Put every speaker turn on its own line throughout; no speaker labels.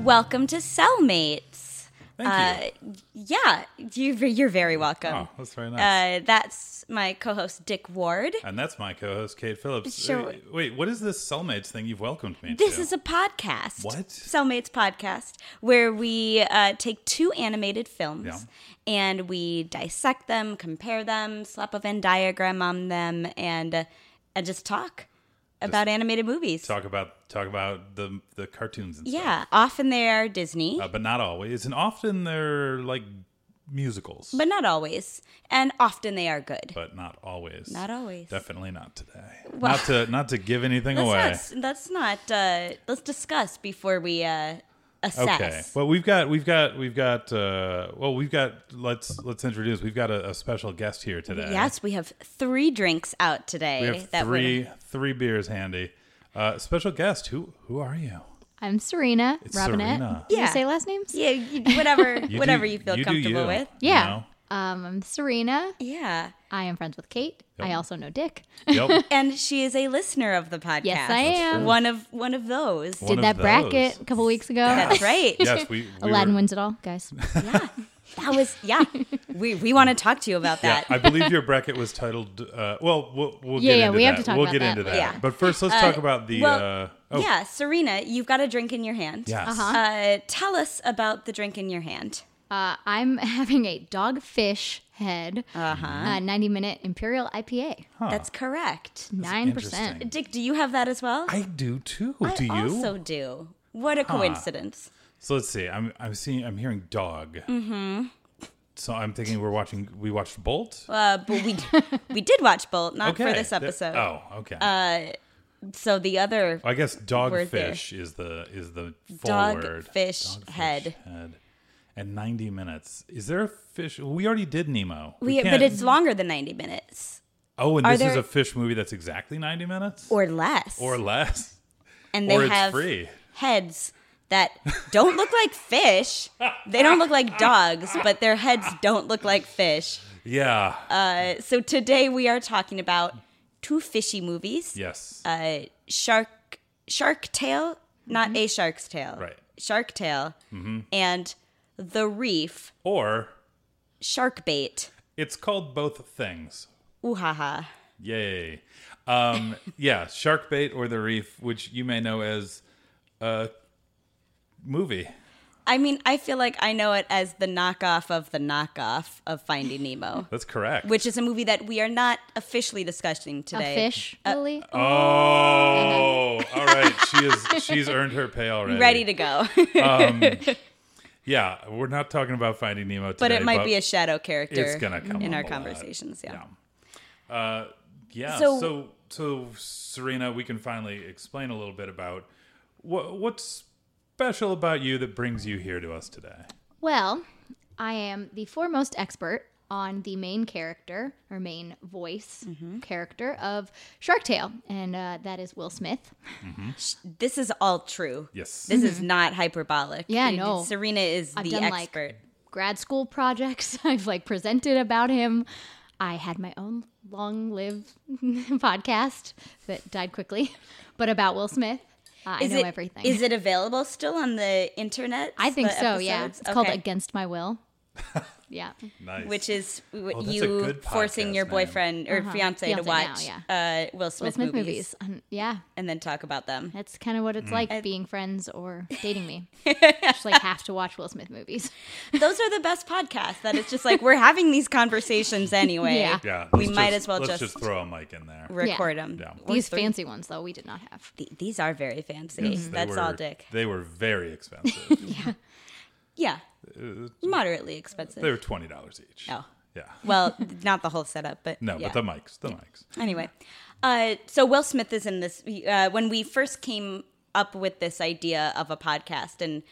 Welcome to Cellmates.
Thank
you. Uh, yeah, you, you're very welcome.
Oh, that's very nice.
Uh, that's my co host, Dick Ward.
And that's my co-host Kate Phillips.
Sure.
Wait, Wait, what is this cellmates thing you've welcomed me
This
to?
is a podcast.
What?
Cellmates podcast, where we uh, take two animated films
Yeah.
and we dissect them, compare them, slap a Venn diagram on them, and, uh, and just talk about animated movies.
talk about talk about the the cartoons and stuff.
Yeah, often they are Disney,
Uh, but not always, and often they're like musicals,
but not always. And often they are good.
but not always.
Not always.
Definitely not today.
Well-
not to not to give anything away.
Let's not, let's not uh, let's discuss before we uh, assess.
Okay. Well, we've got we've got we've got uh well we've got let's let's introduce. We've got a, a special guest here today.
yes, we have three drinks out today.
We have
that
three
were-
three beers handy. Uh special guest, who who are you?
I'm Serena
It's
Robinette.
Serena.
Did
Yeah.
I say last names?
Yeah, you- whatever,
do-
whatever you feel
you do
comfortable
you.
with.
Yeah.
No?
Um, I'm Serena.
Yeah,
I am friends with Kate. I also know Dick.
Yep.
and she is a listener of the podcast.
Yes, I am.
One of one of those.
One
Did
of
that
those.
bracket a couple weeks ago.
That's right.
yes, we, we
Aladdin
were-
wins it all, guys.
Yeah, that was yeah. We we want to talk to you about
Yeah,
that.
I believe your bracket was titled. Uh, well, we'll, we'll
Yeah,
get
yeah,
into
we
that.
have to talk
we'll
about
get
that
into that.
later.
Yeah.
But first, let's talk about the.
well,
uh, oh,
Yeah, Serena, you've got a drink in your hand.
yes.
Uh-huh.
Uh, tell us about the drink in your hand.
Uh, I'm having a dogfish head, uh-huh. 90 minute Imperial IPA,
That's correct.
nine
interesting.
percent.
Dick, do you have that as well?
I do too.
I
do you?
also do. What a coincidence.
so let's see. I'm I'm seeing I'm hearing dog. Mm-hmm. So I'm thinking we're watching. We watched Bolt.
Uh, but we we did watch Bolt, not
okay.
for this
That-
episode. Uh,
oh, okay.
So the other
I guess
we're
dogfish is the is the full
Dog
word.
fish head.
head. And 90 minutes. Is there a fish? We already did Nemo.
we, but
can't-
it's longer than 90 minutes
oh, and
are
this is
there-
a fish movie that's exactly 90 minutes
or less.
or less.
and they
or it's
have
free.
heads that don't look like fish. They don't look like dogs, but their heads don't look like fish.
Yeah.
Uh, so today we are talking about two fishy movies.
yes.
uh, shark shark tale not a shark's tale
Mm-hmm. Right. Mm-hmm.
shark tale and the reef
or
shark bait
it's called both things.
ooh ha ha
Yay. Um, yeah, Shark Bait or The Reef, which you may know as a movie.
i mean i feel like i know it as the knockoff of the knockoff of finding nemo
That's correct.
which is a movie that we are not officially discussing
A
today
fish, really?
Oh, all right. She is she's earned her pay already.
ready to go
Yeah, we're not talking about Finding Nemo today,
but it might be a shadow character
it's gonna come
in
up
our
a lot.
conversations yeah,
Yeah.
So-
So, so Serena, we can finally explain a little bit about what what's special about you that brings you here to us today.
Well, I am the foremost expert on the main character or main voice
Mm-hmm.
character of Shark Tale, and uh, that is Will Smith.
this is all true
Yes.
this is not hyperbolic
Hmm. Yeah,
You-
no.
serena is the
done, like,
expert
grad school projects. I've like presented about him. I had my own long live podcast that died quickly, but about Will Smith. Uh, I know
it,
everything.
Is it available still on the internet?
I think
the
so, yeah. It's
episodes?
called
Okay.
Against My Will. yeah.
Nice.
Which is w
Oh, that's a
you
good
forcing your
podcast name.
boyfriend or fiance, to
Fiancé Uh-huh. now,
watch
yeah.
uh, Will
Will
Smith,
Smith
movies,
movies. Um, yeah.
and then talk about them.
That's kind of what it's like being friends or dating me. just like have to watch Will Smith movies.
Those are the best podcasts. That it's just like we're having these conversations anyway.
Yeah.
yeah,
we
let's
might
just-
as well
let's
just,
just, throw a mic in there.
record
Yeah.
them.
Yeah.
These fancy ones, though, we did not have.
These are very fancy.
They
That's
were-
all, Dick.
They were very expensive.
Yeah, moderately expensive.
Uh, they were twenty dollars each.
Oh.
Yeah.
well, not the whole setup, but
No,
yeah.
but the mics, the mics.
Anyway, uh, so Will Smith is in this. Uh, when we first came up with this idea of a podcast and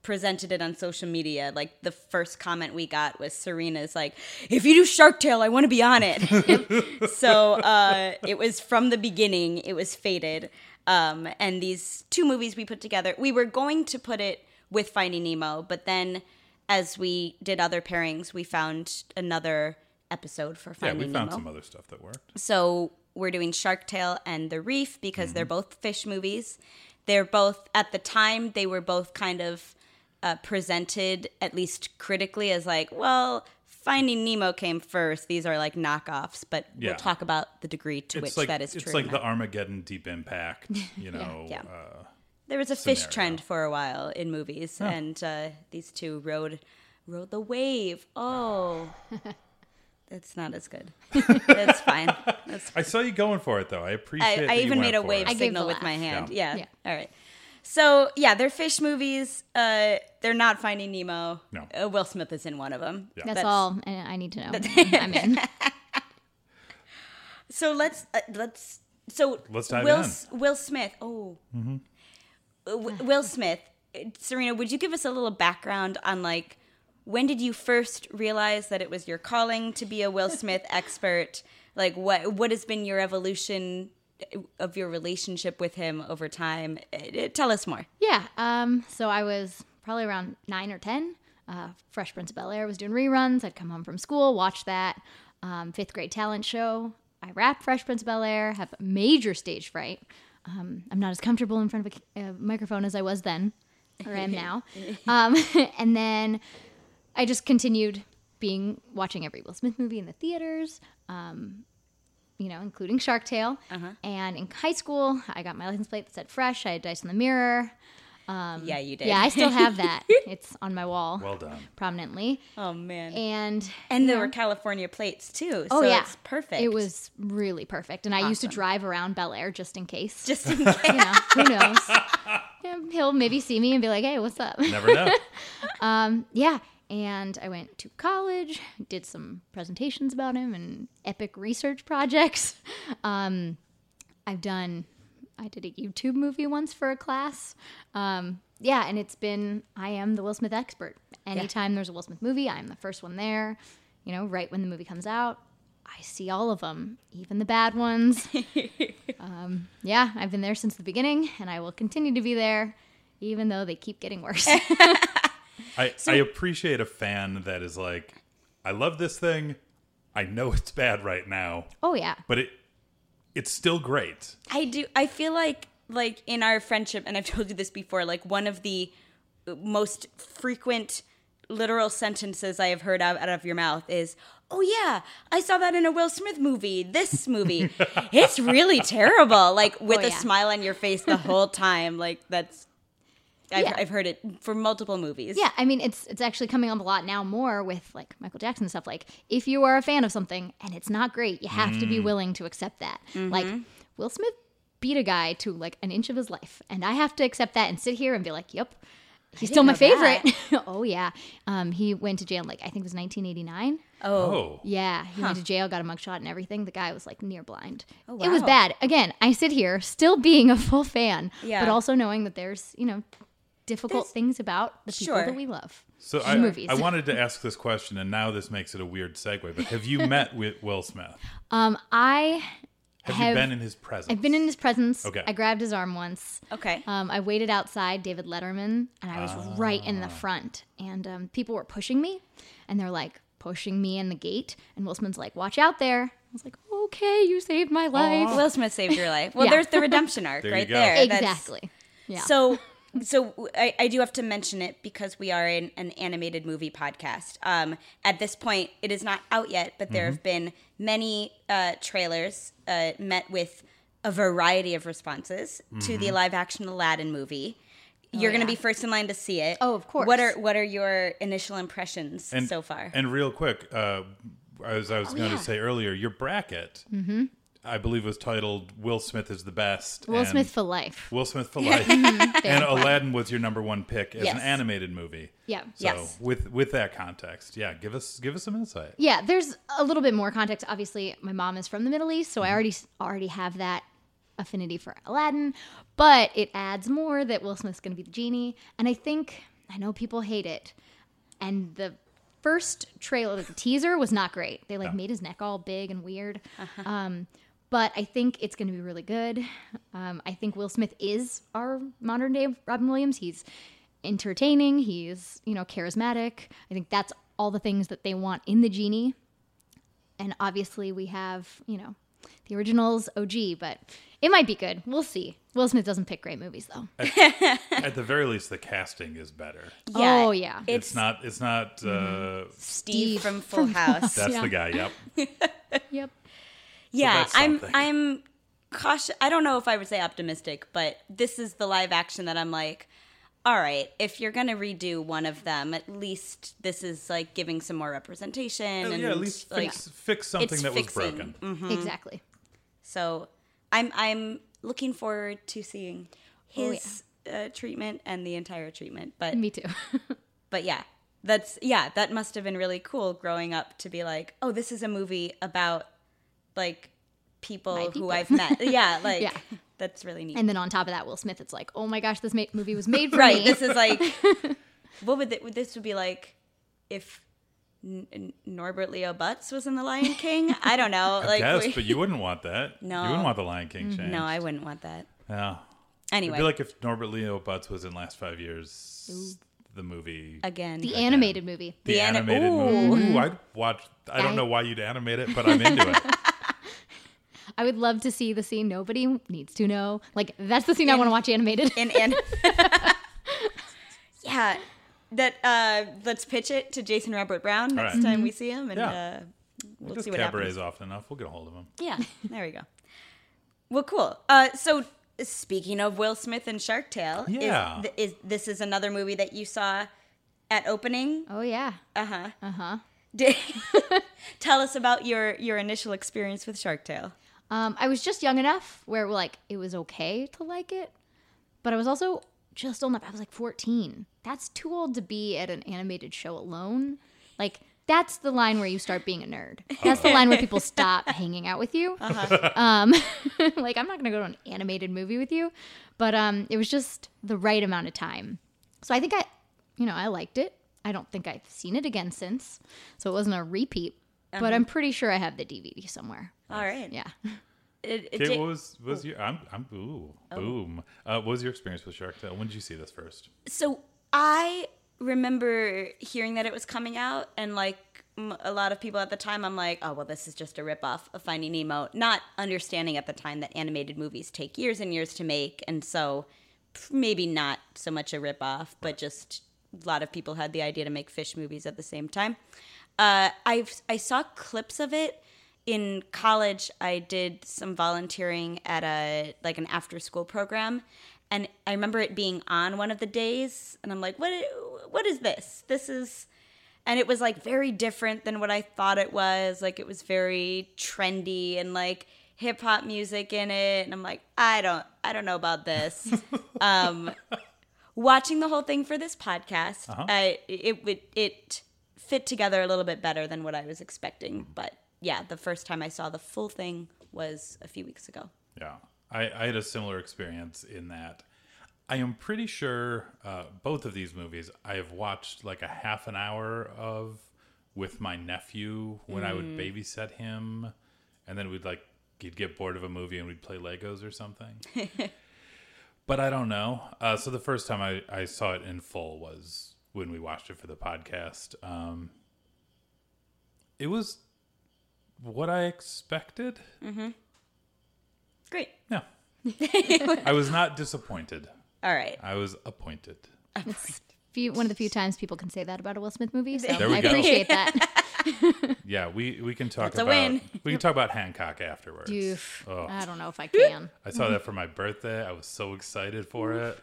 presented it on social media, like the first comment we got was Serena's like, "If you do Shark Tale, I want to be on it." so uh, it was from the beginning. It was fated. Um, and these two movies we put together, we were going to put it with Finding Nemo, but then as we did other pairings, we found another episode for
Yeah,
Finding
we found
Nemo.
some other stuff that worked. Mm-hmm.
So we're doing Shark Tale and The Reef because they're both fish movies. They're both at the time they were both kind of uh, presented at least critically as like, well, Finding Nemo came first. These are like knockoffs, but
Yeah.
we'll talk about the degree to
It's
which
like
that is
it's
true.
like
or
the
not.
Armageddon Deep Impact. You know,
Yeah.
Uh,
there was a fish
scenario.
trend for a while in movies, and uh, these two rode rode the wave. Oh, that's not as good. that's fine. That's
I saw you going for it though. I appreciate.
I,
that
I
you
even
went
made a
for
wave
it.
I gave
signal
the
with
laugh.
my hand.
Yeah.
Yeah.
Yeah.
All right. So yeah, they're fish movies. Uh, they're not Finding Nemo.
No.
Uh, Will Smith is in one of them.
Yeah.
That's,
That's-
all I I need to know. I'm in.
So let's uh, let's so
Let's dive
Will
in. Mm-hmm.
S- Will Smith. Oh. Uh, W- Will Smith. Uh, Serena, would you give us a little background on like when did you first realize that it was your calling to be a Will Smith expert? Like what what has been your evolution of your relationship with him over time? Uh, uh, Tell us more.
Yeah. Um, so I was probably around nine or 10. Uh, Fresh Prince of Bel Air was doing reruns. I'd come home from school, watch that. Um, fifth grade talent show. I rap Fresh Prince of Bel Air, have major stage fright. Um, I'm not as comfortable in front of a c- a microphone as I was then, or am now. Um, and then I just continued being watching every Will Smith movie in the theaters, um, you know, including Shark Tale. And in high school, I got my license plate that said Fresh. I had dice in the mirror.
yeah, you did.
Yeah, I still have that. it's on my wall
Well done.
prominently.
oh man. And,
And
there were California plates too.
oh
so
yeah,
it's perfect.
It was really perfect. And I used to
Awesome.
drive around Bel Air just in case.
just in case.
you know, who knows? Yeah, he'll maybe see me and be like, "Hey, what's up?"
Never know.
yeah. And I went to college, did some presentations about him and epic research projects. Um, I've done, I did a YouTube movie once for a class. Um, yeah, and it's been, I am the Will Smith expert. Anytime there's a Will Smith movie, I'm the first one there. You know, right when the movie comes out, I see all of them, even the bad ones. um, yeah, I've been there since the beginning, and I will continue to be there, even though they keep getting worse.
I, I appreciate a fan that is like, I love this thing. I know it's bad right now,
oh, yeah.
but it it's still great.
I do. I feel like like in our friendship, and I've told you this before. Like one of the most frequent literal sentences I have heard out, out of your mouth is, "Oh yeah, I saw that in a Will Smith movie. This movie, it's really terrible." Like with
Oh,
a
yeah.
smile on your face the whole time. Like that's. I've,
Yeah.
I've heard it for multiple movies.
Yeah, I mean it's it's actually coming up a lot now more with like Michael Jackson stuff. Like if you are a fan of something and it's not great, you have to be
Mm.
willing to accept that.
Mm-hmm.
Like Will Smith beat a guy to like an inch of his life, and I have to accept that and sit here and be like, "Yep, he's still my
know that."
favorite." oh yeah, um, he went to jail. Like I think it was 1989.
Oh,
Oh,
Yeah, he went to jail, got a mugshot and everything. The guy was like near blind.
Oh,
It was
wow.
bad. Again, I sit here still being a full fan,
Yeah.
but also knowing that there's you know difficult things about the people
Sure.
that we love.
so I,
movies.
I wanted to ask this question, and now this makes it a weird segue. But have you met with Will Smith?
Um, I
Have, you
Have-
been in his presence?
I've been in his presence.
Okay.
I grabbed his arm once.
okay.
Um, I waited outside David Letterman, and I was right in the front. And um, people were pushing me, and they're like pushing me in the gate. And Will Smith's like, "Watch out there!" I was like, "Okay, you saved my life."
Will Smith saved your life. Well,
Yeah.
there's the redemption arc
There you
right
go.
there. That's-
exactly. Yeah.
So, so I, I do have to mention it because we are in an animated movie podcast. Um, at this point, it is not out yet, but
Mm-hmm.
there have been many uh, trailers uh, met with a variety of responses to
Mm-hmm.
the live action Aladdin movie. You're going to be first in line to see it.
Oh, of course.
What are what are your initial impressions
and,
so far? Oh,
And real quick, uh, as I was going
yeah.
to say earlier, your bracket,
Mm-hmm.
I believe, was titled "Will Smith is the best."
Will
and
Smith for life.
Will Smith for life, and
Fair.
Aladdin was your number one pick as an
Yes.
animated movie.
Yeah.
So
Yes.
with with that context, yeah, give us give us some insight.
Yeah, there's a little bit more context. Obviously, my mom is from the Middle East, so I already already have that affinity for Aladdin, but it adds more that Will Smith's going to be the genie, and I think I know people hate it. And the first trailer, the teaser was not great. They like made his neck all big and weird. Um but I think it's going to be really good. Um, I think Will Smith is our modern day Robin Williams. He's entertaining. He's you know charismatic. I think that's all the things that they want in the genie and obviously we have you know the originals OG, but It might be good. We'll see. Will Smith doesn't pick great movies though.
At the very least, the casting is better.
Oh, yeah.
It's,
It's, Mm-hmm.
not. It's not. Uh,
Steve,
Steve
from Full House.
That's
Yeah.
the guy. Yep.
Yep.
yeah,
that's
I'm
something.
I'm cautious. I don't know if I would say optimistic, but this is the live action that I'm like, all right, if you're gonna redo one of them, at least this is like giving some more representation. and
Oh, yeah. At least
like,
fix, fix something
it's
that was
fixing. Mm.
broken.
Exactly.
So I'm I'm looking forward to seeing
Oh,
his uh, treatment and the entire treatment. But
Me too.
but yeah, that's yeah, that must have been really cool growing up to be like, oh, this is a movie about like people,
My
who
people.
I've met. Yeah, like
Yeah.
that's really neat.
and then on top of that, Will Smith, it's like, oh my gosh, this ma- movie was made for
right,
me.
this is like what would th- this would be like if N- N- Norbert Leo Butz was in The Lion King? I don't know.
I
like
guess,
we-
but you wouldn't want that.
No. Mm-hmm.
You wouldn't want the Lion King change.
no, I wouldn't want that.
Yeah.
Anyway,
It'd be like if Norbert Leo Butz was in Last Five Years, the movie,
again,
the animated movie.
the,
the ani-
animated movie. Ooh, I'd watch. I don't
I-
know why you'd animate it, but I'm into it.
I would love to see the scene nobody needs to know. Like that's the scene I want to watch animated.
in and yeah that uh let's pitch it to jason robert brown
All
next
right.
time we see him and
Yeah.
uh we'll
Just
see what happens
cabarets often enough. We'll get a hold of him.
yeah there we go well cool uh so speaking of will smith and shark tale
Yeah.
is, th- is this is another movie that you saw at opening
oh yeah.
uh-huh
Uh-huh.
Did- tell us about your your initial experience with shark tale
Um, I was just young enough where like it was okay to like it, but I was also just old enough. I was like 14. That's too old to be at an animated show alone. Like that's the line where you start being a nerd. That's the line where people stop hanging out with you. Um, like I'm not gonna go to an animated movie with you, but um, it was just the right amount of time. So I think I, you know, I liked it. I don't think I've seen it again since, so it wasn't a repeat. But I'm pretty sure I have the DVD somewhere.
all right
Yeah.
It- it- Oh.
Kate,
Ja-
what was was your? I'm I'm ooh boom. Uh, what was your experience with Shark Tale? When did you see this first?
So I remember hearing that it was coming out, and like m- a lot of people at the time, I'm like, oh, well, this is just a ripoff of Finding Nemo, not understanding at the time that animated movies take years and years to make. And so pff, maybe not so much a ripoff, but just a lot of people had the idea to make fish movies at the same time. Uh, I've, I saw clips of it in college i did some volunteering at a like an after school program and i remember it being on one of the days and i'm like what i- what is this this is and it was like very different than what i thought it was like it was very trendy and like hip hop music in it and i'm like i don't i don't know about this watching the whole thing for this podcast,
Uh-huh.
I it would it fit together a little bit better than what I was
Mm.
expecting. But yeah, the first time I saw the full thing was a few weeks ago.
Yeah, I, I had a similar experience in that. I am pretty sure uh, both of these movies I have watched like a half an hour of with my nephew when I would babysit him, and then we'd like he'd get bored of a movie and we'd play Legos or something. but I don't know. Uh, so the first time I, I saw it in full was when we watched it for the podcast. Um, it was what I expected.
Great.
No. I was not disappointed.
All right.
I was appointed.
It's few, one of the few times people can say that about a Will Smith movie. So
There we
I
go.
appreciate that.
Yeah, we, we can talk
That's a
about
win.
we can talk about Hancock afterwards.
Oof.
Oh,
I don't know if I can.
I saw that for my birthday. I was so excited for it.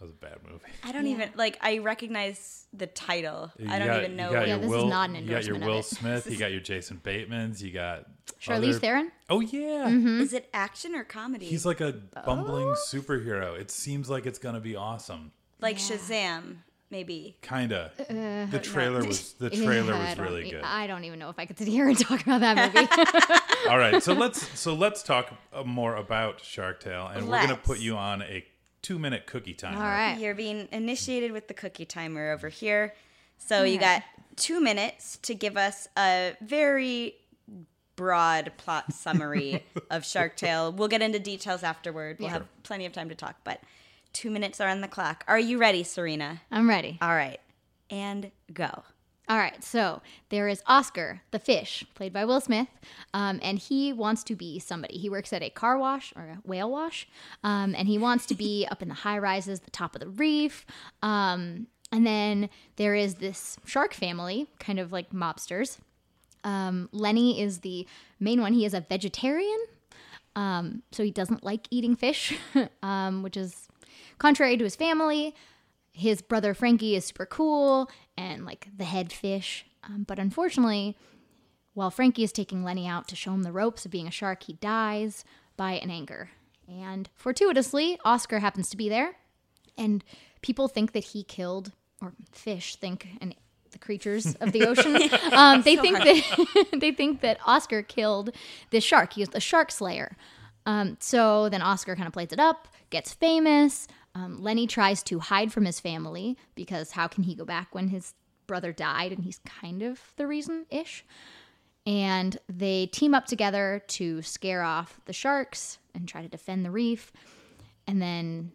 That was a bad movie.
I don't even like I recognize the title.
You
I don't
got-
even know.
You got
what-
Yeah,
your
this is
Will,
not an
you got your
endorsement of
Will
it.
Smith. You got your Jason Bateman's. You got
Charlize
other-
Theron. Mm-hmm.
Oh yeah,
Is it action or comedy?
he's like a
Oh.
bumbling superhero. It seems like it's gonna be awesome.
like Shazam, maybe.
Kinda.
Uh,
the trailer was the trailer
Yeah, I
was
don't
really
e-
good.
I don't even know if I could sit here and talk about that movie.
All right, so let's so let's talk uh, more about Shark Tale, and we're gonna
Let's.
put you on a two-minute cookie timer.
All right.
You're being initiated with the cookie timer over here. So you got two minutes to give us a very broad plot summary of Shark Tale. We'll get into details afterward. We'll have plenty of time to talk, but two minutes are on the clock. Are you ready, Serena?
I'm ready.
All right. And go.
All right, so there is Oscar the fish, played by Will Smith, um, and he wants to be somebody. He works at a car wash or a whale wash, um, and he wants to be up in the high rises, the top of the reef. Um, and then there is this shark family, kind of like mobsters. Um, Lenny is the main one. He is a vegetarian, um, so he doesn't like eating fish, um, which is contrary to his family. His brother Frankie is super cool and like the head fish, um, but unfortunately, while Frankie is taking Lenny out to show him the ropes of being a shark, he dies by an anchor. And fortuitously, Oscar happens to be there, and people think that he killed, or fish think, and the creatures of the ocean. um, they think that they think that Oscar killed this shark. He was the shark slayer. Um, so then Oscar kind of plays it up, gets famous. Um, Lenny tries to hide from his family because how can he go back when his brother died and he's kind of the reason ish? and they team up together to scare off the sharks and try to defend the reef. And then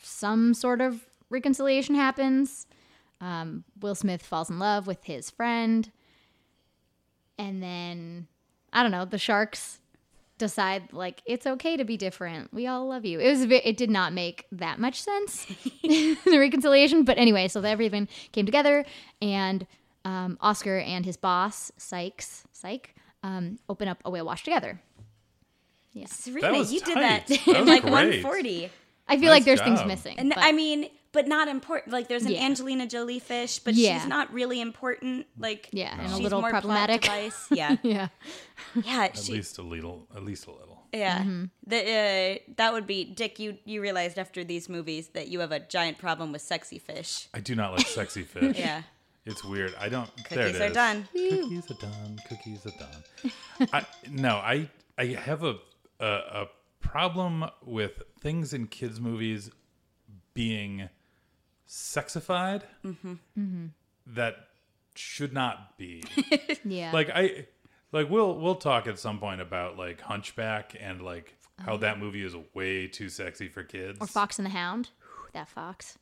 some sort of reconciliation happens. Um, Will Smith falls in love with his friend. And then, I don't know, the sharks decide like it's okay to be different. We all love you. It was a bit, it did not make that much sense the reconciliation, but anyway, so everything came together and um, Oscar and his boss Sykes Syke um, open up a whale wash together.
That
Serena,
was
you did that
tight. That
in
was
like
great.
140.
I feel
Nice
like there's things
job.
missing.
And
but-
I mean, but not important. Like there's an
Yeah.
Angelina Jolie fish, but
Yeah.
she's not really important. Like
Yeah, and a
she's
little
more plot
problematic.
device. Yeah,
yeah,
yeah.
At
she,
least a little. At least a little.
Yeah,
Mm-hmm.
the, uh, that would be Dick. You you realized after these movies that you have a giant problem with sexy fish.
I do not like sexy fish.
Yeah,
It's weird. I don't. there it
cookies are
is.
done.
Cookies are done. Cookies are done. I, no, I I have a, a a problem with things in kids movies being sexified
Mm-hmm.
that should not be.
yeah,
like I like we'll we'll talk at some point about like Hunchback and like how that movie is way too sexy for kids.
or Fox and the Hound. Whew, that fox.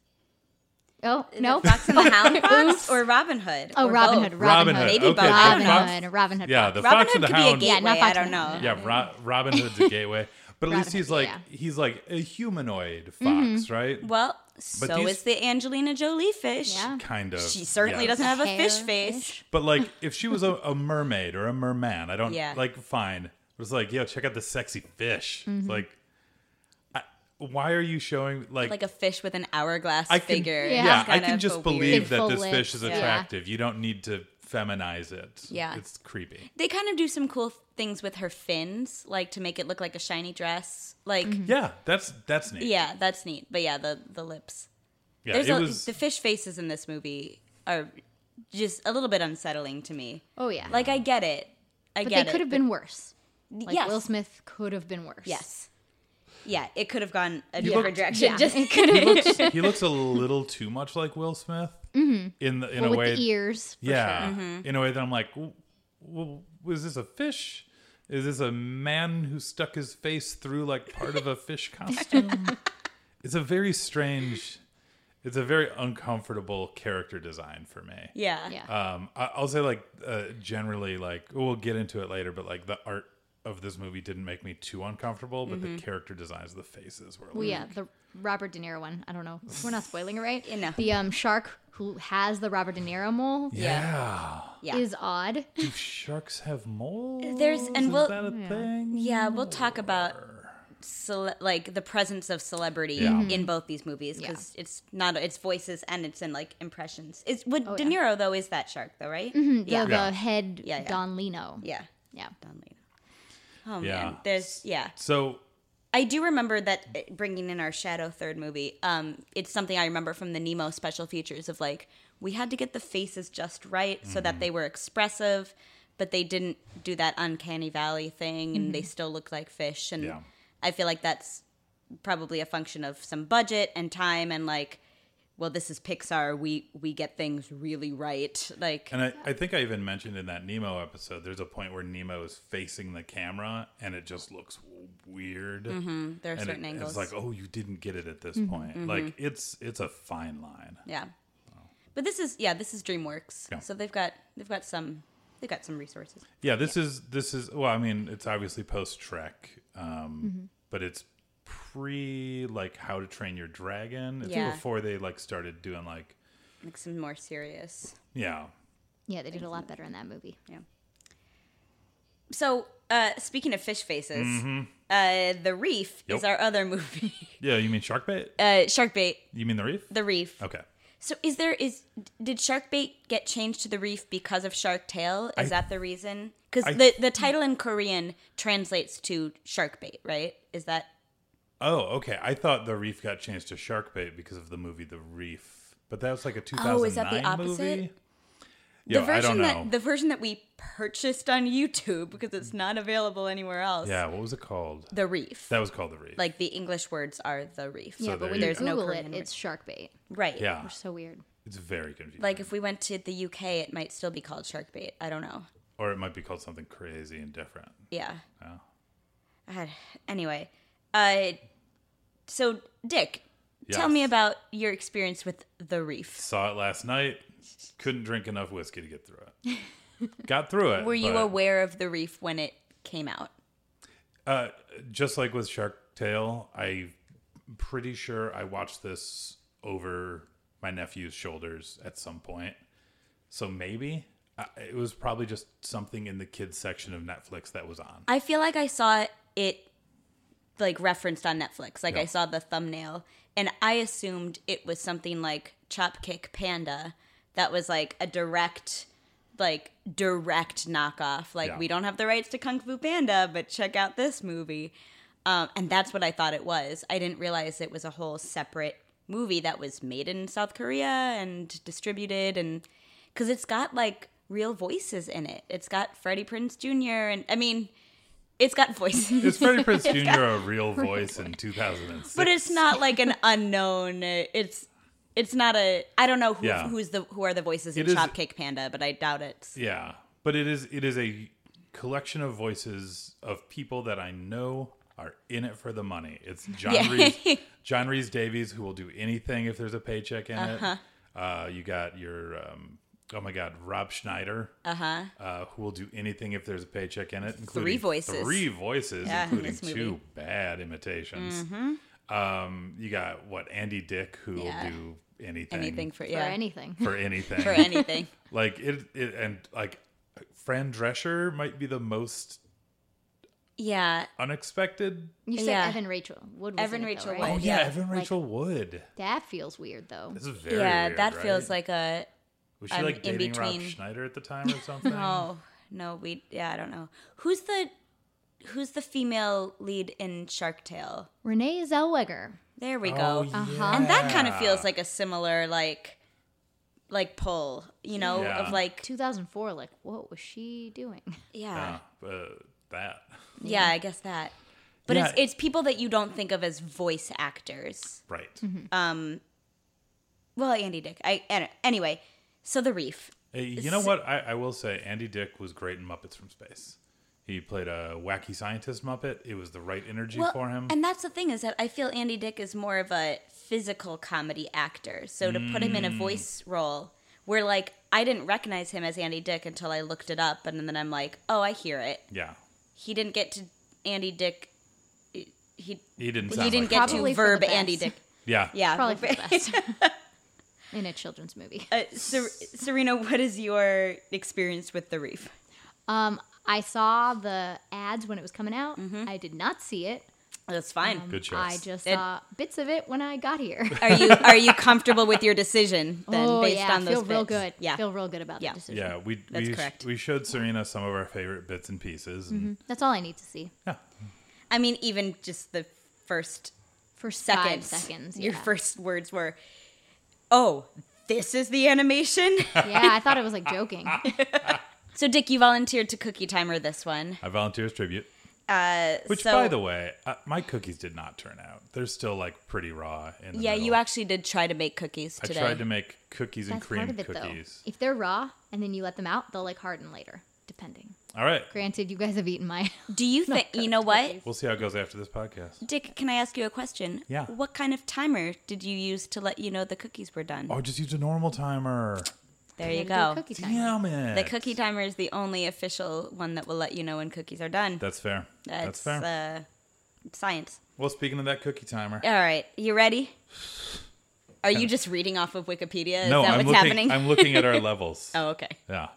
Oh no,
Fox and the Hound fox or Robin Hood.
Oh,
or
Robin
both.
Hood. Robin,
Robin
Hood.
Hood.
Maybe
okay,
both.
Robin
the Fox-
Hood. Robin Hood.
Yeah,
fox.
the
Robin
Fox
Hood
and the
could
Hound.
be a gateway.
not
I
Fox
don't
and the
know.
Hound.
Yeah, Ro- Robin Hood's a gateway, but at least
Hood,
he's like
yeah.
he's like a humanoid fox, right?
Well, so
these-
is the Angelina Jolie fish.
Yeah.
kind of.
She certainly
yes.
doesn't have a
Hair
fish face.
fish.
But like, if she was a, a mermaid or a merman, I don't
Yeah.
like. Fine, it was like, yo, check out the sexy fish. It's Like, I, why are you showing like?
Like a fish with an hourglass
I can,
figure.
Yeah.
Yeah,
It's
I
kind
can
of a
just
weird-
believe
Big
that
full
this
lips,
fish is
yeah.
attractive. You don't need to feminize it.
Yeah.
it's creepy.
They kind of do some cool things with her fins, like to make it look like a shiny dress. Like,
Mm-hmm.
Yeah, that's that's neat.
yeah, that's neat. But yeah, the the lips.
yeah
There's
it
a,
was.
the fish faces in this movie are just a little bit unsettling to me.
Oh yeah,
Like I get it, I
but
get
they
it.
could have been worse.
but-
Like
yes,
Will Smith could have been worse.
yes, yeah. It could have gone a
You
different
looked-
direction.
Yeah.
Just
he looks he looks a little too much like Will Smith
Mm-hmm.
in the in
Well,
a
with
way
the ears. for
yeah
sure.
in a way that i'm like w- w- was this a fish is this a man who stuck his face through like part of a fish costume it's a very strange it's a very uncomfortable character design for me
yeah,
Yeah.
um I, i'll say like uh, generally like we'll get into it later but like the art of this movie didn't make me too uncomfortable but
Mm-hmm.
the character designs of the faces were like,
Well, yeah, the Robert De Niro one. I don't know. We're not spoiling it, right?
no.
The um shark who has the Robert De Niro mole
yeah,
Yeah.
is odd.
do sharks have moles
There's- and
is
we'll-
that a thing
Yeah, we'll talk about cele- like the presence of celebrity
Yeah.
Mm-hmm.
Mhm.
in both these movies because it's not it's voices and it's in like impressions. It's what
Oh,
De Niro though is that shark though, right?
The,
Yeah.
the
Yeah.
head
Yeah, yeah.
Don Lino.
yeah,
Yeah.
Don Leo. Oh
Yeah.
man, there's yeah.
so
I do remember that uh, bringing in our Shadow third movie. Um, it's something I remember from the Nemo special features of like we had to get the faces just right so that they
Mm-hmm.
were expressive, but they didn't do that uncanny valley thing, and they still looked like fish. And
Yeah.
I feel like that's probably a function of some budget and time and like, well, this is Pixar. We we get things really right. Like,
And I, I think I even mentioned in that Nemo episode, there's a point where Nemo is facing the camera and it just looks w- weird.
there are
And
Mm-hmm. certain
it-
angles. Mm-hmm.
it's like, oh, you didn't get it at this point. Like it's it's a fine line.
Yeah. But this is yeah, this is DreamWorks.
Yeah.
So they've got they've got some they've got some resources.
Yeah, this is this is well, I mean, it's obviously post Trek, um,
Mm-hmm.
but it's pre like How to Train Your Dragon. It's
Yeah.
before they like started doing like
Like some more serious.
yeah,
Yeah, they did a lot better in that movie.
So uh speaking of fish faces, uh The Reef
Mm-hmm. Yep.
is our other movie.
yeah. You mean shark bait?
uh Sharkbait,
You mean the reef?
The Reef.
Okay.
So is there is did Sharkbait get changed to The Reef because of Shark Tale? Is
I-
that the reason? Cuz
I-
the the title in Korean translates to Sharkbait, right? Is that
Oh, okay. I thought the reef got changed to shark bait because of the movie The Reef, but that was like a 2009
Oh, is that the opposite?
movie. Yeah,
the
I don't
version
know.
that the version that we purchased on YouTube because it's not available anywhere else.
yeah, what was it called?
The reef.
That was called The Reef.
like the English words are the reef.
yeah,
there
but when
you go.
you
There's no
Google it,
Korean
it's shark bait.
right.
yeah,
Which is so weird.
it's very confusing.
Like if we went to the UK, it might still be called shark bait. I don't know.
or it might be called something crazy and different.
Yeah.
Oh.
God. Anyway, uh, so Dick, tell
Yes.
me about your experience with the reef.
Saw it last night. Couldn't drink enough whiskey to get through it. Got through it.
Were you
but,
aware of the reef when it came out?
Uh, just like with Shark Tale, I'm pretty sure I watched this over my nephew's shoulders at some point. So maybe I, it was probably just something in the kids section of Netflix that was on.
I feel like I saw it like referenced on Netflix. Like
Yeah.
I saw the thumbnail and I assumed it was something like Chop Kick Panda that was like a direct like direct knockoff. Like
Yeah.
we don't have the rights to Kung Fu Panda, but check out this movie. Um, and that's what I thought it was. I didn't realize it was a whole separate movie that was made in South Korea and distributed and because it's got like real voices in it. It's got Freddie Prince Jr. and I mean, it's got voices,
Is Freddie Prince Jr. a real voice in 2006?
but it's not like an unknown. uh, It's it's not a. I don't know who
Yeah.
who's the who are the voices in
It is-
Chopcake Panda, but I doubt it's
Yeah, but it is it is a collection of voices of people that I know are in it for the money. It's John
Yeah.
Reese, John Reese Davies, who will do anything if there's a paycheck in
Uh-huh.
it. Uh, you got your um, oh my god, Rob Schneider, uh-huh. who will do anything if there's a paycheck in it, including
voices.
three voices,
Yeah, in
including
this movie. Mm-hmm.
two bad imitations. Um, you got what Andy Dick, who
Yeah.
will do anything,
anything for
Or
yeah
anything.
for anything
for anything.
like it, it and like Fran Drescher might be the most
yeah,
unexpected.
You said
Yeah.
Evan Rachel Wood was
Evan
in it,
Rachel
though,
Wood.
right?
Oh
yeah,
yeah, Evan Rachel Wood.
That feels weird though.
This is very
yeah,
weird,
that feels
right?
like a
was she
I'm
like
in
dating Rob
between.
Schneider at the time or something?
oh no. We yeah, I don't know who's the who's the female lead in Shark Tale.
Renee Zellweger.
There we
Oh,
go. Uh-huh.
yeah.
And that kind of feels like a similar like like pull, you know,
Yeah.
of like
2004, like, what was she doing?
yeah.
Yeah, uh, that.
Yeah, I guess that. But it's
Yeah.
it's people that you don't think of as voice actors.
Right.
Mm-hmm. Well, Andy Dick. I an- anyway, so the reef.
Hey, you know what? I, I will say Andy Dick was great in Muppets from Space. He played a wacky scientist Muppet. It was the right energy
Well,
for him.
and that's the thing is that I feel Andy Dick is more of a physical comedy actor. So to put him in a
Mm.
voice role where like I didn't recognize him as Andy Dick until I looked it up and then I'm like, "Oh, I hear it."
yeah,
He didn't get to Andy Dick he
he didn't.
he
Sound
didn't
like
get
that.
to
Probably for the
verb
best.
Andy Dick.
Yeah,
Yeah,
Probably for the best. in a children's movie.
Uh, Ser- Serena, what is your experience with the reef?
Um, I saw the ads when it was coming out. I did not see it.
That's fine.
Um,
Good choice.
I just
Mm-hmm. It-
saw bits of it when I got here.
are you are you comfortable with your decision then,
oh
based
yeah,
on those
feel real
bits?
good.
Yeah,
feel real good about
Yeah.
that decision.
yeah. We
That's
we,
correct. Mm-hmm.
we showed Serena some of our favorite bits and pieces. And
That's all I need to see
I mean, even just the first
for
seconds,
Five seconds.
your
yeah.
first words were, "Oh, this is the animation."
yeah, I thought it was like joking.
so, Dick, you volunteered to cookie timer this one.
I volunteer as tribute.
Uh,
Which,
so-
by the way, uh, my cookies did not turn out. They're still like pretty raw. In the
yeah,
middle.
you actually did try to make cookies
I
today.
tried to make cookies and
That's part
cream
of it
cookies.
though. If they're raw and then you let them out, they'll like harden later, depending.
All right.
Granted, you guys have eaten my.
Do you think you know what?
We'll see how it goes after this podcast.
Dick, can I ask you a question?
Yeah.
What kind of timer did you use to let you know the cookies were done?
Oh, just use a normal timer.
there you
Gotta do a
go.
Cookie time.
Damn it.
The cookie timer is the only official one that will let you know when cookies are done.
That's fair. That's
That's,
fair.
uh, science.
well, speaking of that cookie timer.
All right, you ready? Are you just reading off of Wikipedia? Is
no,
that
I'm
what's
looking.
happening?
I'm looking at our levels.
oh, okay.
Yeah.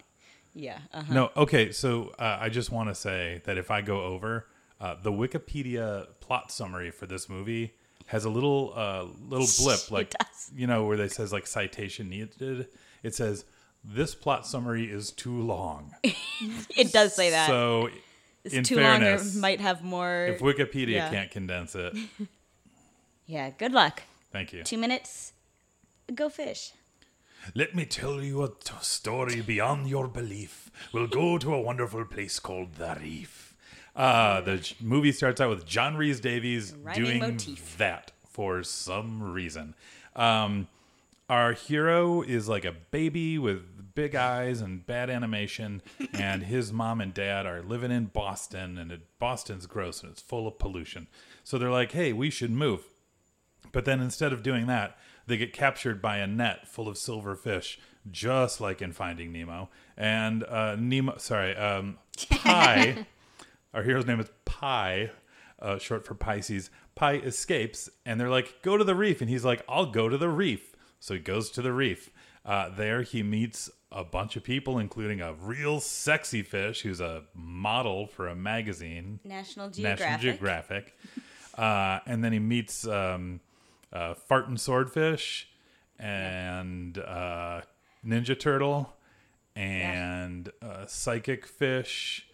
Yeah. Uh-huh.
No. Okay. So uh, I just want to say that if I go over uh, the Wikipedia plot summary for this movie has a little uh, little blip,
It
like
does.
you know where they says like citation needed. It says this plot summary is too long.
It does say that.
So
it's
in
too
fairness,
long or might have more.
if Wikipedia
yeah.
can't condense it,
yeah, good luck.
thank you.
Two minutes. Go fish.
Let me tell you a t- story beyond your belief. We'll go to a wonderful place called the Reef. Uh, the j- movie starts out with John Reese Davies
Rhyming
doing
motif.
that for some reason. Um, our hero is like a baby with big eyes and bad animation, and his mom and dad are living in Boston, and it, Boston's gross and it's full of pollution. So they're like, hey, we should move. But then instead of doing that, they get captured by a net full of silver fish, just like in Finding Nemo. And uh, Nemo, sorry, um, Pi, our hero's name is Pi, uh, short for Pisces. Pi escapes, and they're like, go to the reef. And he's like, I'll go to the reef. So he goes to the reef. Uh, there he meets a bunch of people, including a real sexy fish who's a model for a magazine.
National Geographic.
National Geographic. Uh, and then he meets um, uh, Fart and Swordfish and uh, Ninja Turtle and uh, Psychic Fish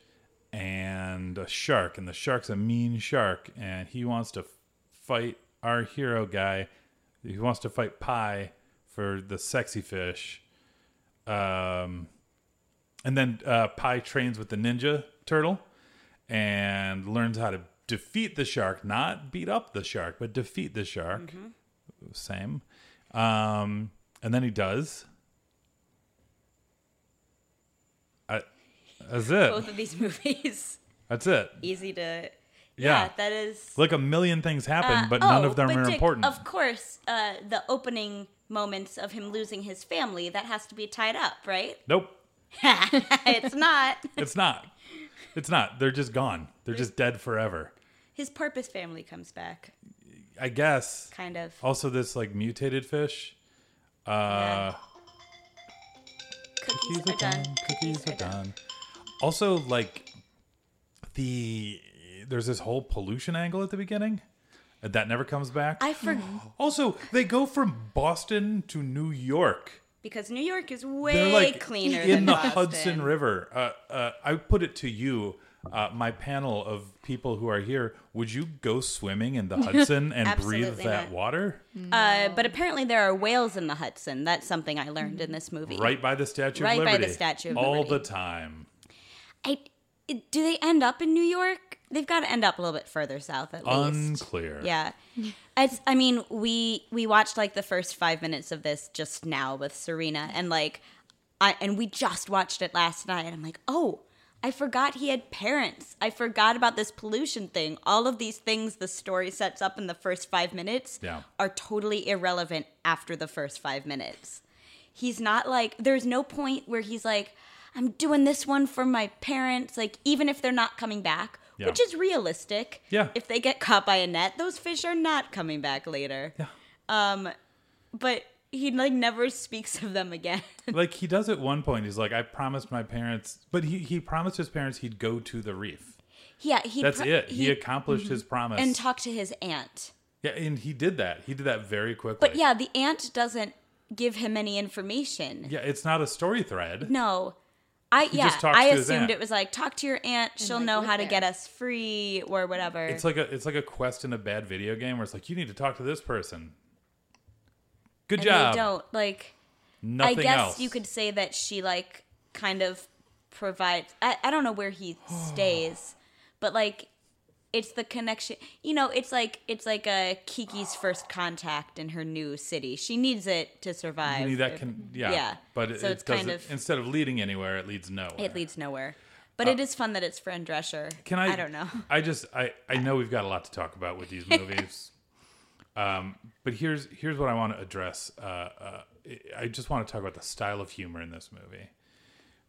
and a shark. And the shark's a mean shark. And he wants to fight our hero guy. He wants to fight Pie for the sexy fish. Um, and then uh, Pi trains with the ninja turtle and learns how to defeat the shark, not beat up the shark, but defeat the shark.
Mm-hmm.
Same. Um, and then he does. I, that's it.
Both of these movies.
That's it.
Easy to.
Yeah.
Yeah, that is.
Like a million things happen,
Uh,
but none
oh,
of them
but
are
Dick,
important.
Of course, uh, the opening moments of him losing his family, that has to be tied up, right?
nope.
it's not.
It's not. It's not. They're just gone. They're just dead forever.
His purpose family comes back,
I guess.
kind of.
Also, this like mutated fish. Uh,
Yeah. Cookies,
Cookies
are done.
Cookies are done. Also, like the there's this whole pollution angle at the beginning and that never comes back.
I forgot
also, they go from Boston to New York.
because New York is
They're
way
like
cleaner
in
than
the
Boston.
Hudson River. Uh, uh, I put it to you. Uh, my panel of people who are here, would you go swimming in the Hudson and breathe
Absolutely
that
not.
water
Uh, but apparently, there are whales in the Hudson. That's something I learned in this movie.
right by the Statue
Right
of
by the
Liberty?
Statue of
all
Liberty.
the time.
I, it- do they end up in New York? They've got to end up a little bit further south, at least.
Unclear.
Yeah. It's, I mean, we we watched like the first five minutes of this just now with Serena, and like, I and we just watched it last night. And I'm like, oh, I forgot he had parents. I forgot about this pollution thing. All of these things the story sets up in the first five minutes
Yeah.
are totally irrelevant after the first five minutes. He's not like there's no point where he's like, I'm doing this one for my parents. Like even if they're not coming back,
Yeah.
which is realistic.
Yeah.
If they get caught by a net, those fish are not coming back later.
Yeah.
Um, but he like never speaks of them again.
like he does at one point he's like i promised my parents but he, he promised his parents he'd go to the reef
yeah. He.
that's
pro-
it he, accomplished his promise
and talk to his aunt.
yeah and he did that he did that very quickly
But yeah, the aunt doesn't give him any information.
yeah it's not a story thread
No. I yeah,
just talks
I
to his aunt.
assumed it was like talk to your aunt, she'll
like,
know
live
how to
there.
get us free or whatever.
it's like a it's like a quest in a bad video game where it's like you need to talk to this person good
and
job
they don't like
nothing
I guess
else
you could say that she like kind of provides. I, I don't know where he stays, but like it's the connection. You know, it's like it's like a Kiki's first contact in her new city. She needs it to survive.
I mean, that can yeah,
yeah.
but it,
So
it
it's kind
doesn't-
of-
instead of leading anywhere it leads nowhere
it leads nowhere. But it is fun that it's Fran Drescher.
Uh, Can I?
I don't know.
I just I I know we've got a lot to talk about with these movies, um, but here's here's what I want to address. Uh, uh, I just want to talk about the style of humor in this movie,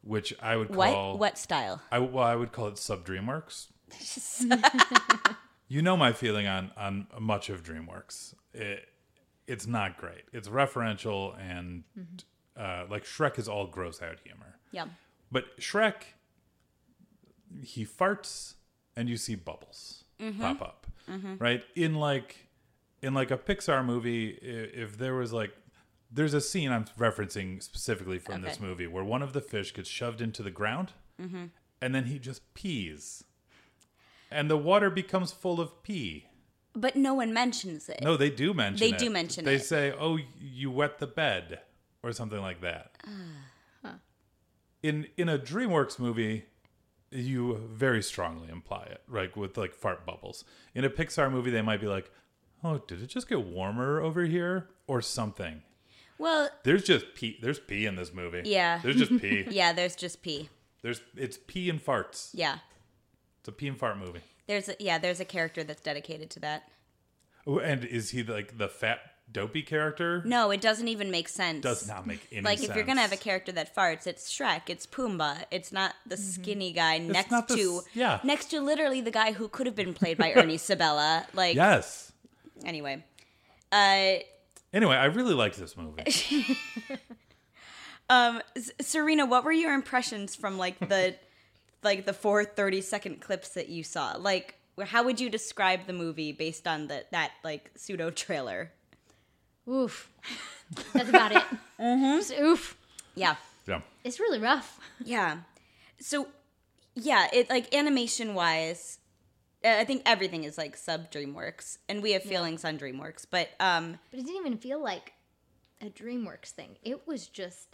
which I would
What?
call
What style?
I well I would call it sub DreamWorks. you know my feeling on on much of DreamWorks. It, it's not great. It's referential and
Mm-hmm.
uh, like Shrek is all gross out humor.
Yeah.
But Shrek, he farts and you see bubbles pop up, right? In like, in like a Pixar movie, i- if there was like, there's a scene I'm referencing specifically from this
Okay.
movie where one of the fish gets shoved into the ground, and then he just pees, and the water becomes full of pee.
But no one mentions it.
No, they do mention.
They
it.
do mention
They
it.
say, "Oh, you wet the bed," or something like that.
Ah.
In in a DreamWorks movie, you very strongly imply it, right? With like fart bubbles. In a Pixar movie, they might be like, "Oh, did it just get warmer over here?" or something.
Well,
There's just pee. There's pee in this movie.
Yeah.
There's just pee.
yeah, there's just pee.
There's it's pee and farts.
Yeah.
It's a pee and fart movie.
There's a, yeah, there's a character that's dedicated to that.
Oh, And is he like the fat dopey character?
No, it doesn't even make sense.
Does not make any
Like
sense.
if you're gonna have a character that farts, it's Shrek, it's Pumbaa, it's not the skinny guy next
Mm-hmm. not the
to
s- yeah.
next to literally the guy who could have been played by Ernie Sabella. Like
yes.
anyway, uh,
Anyway, I really liked this movie.
um, S- Serena, what were your impressions from like the like the four thirty second clips that you saw? Like, how would you describe the movie based on the, that like pseudo trailer?
Oof. That's about it. Just
Mm-hmm.
oof.
Yeah.
yeah.
It's really rough.
Yeah. So, yeah, it like animation wise, uh, I think everything is like sub DreamWorks, and we have feelings on DreamWorks, but um,
But it didn't even feel like a DreamWorks thing. It was just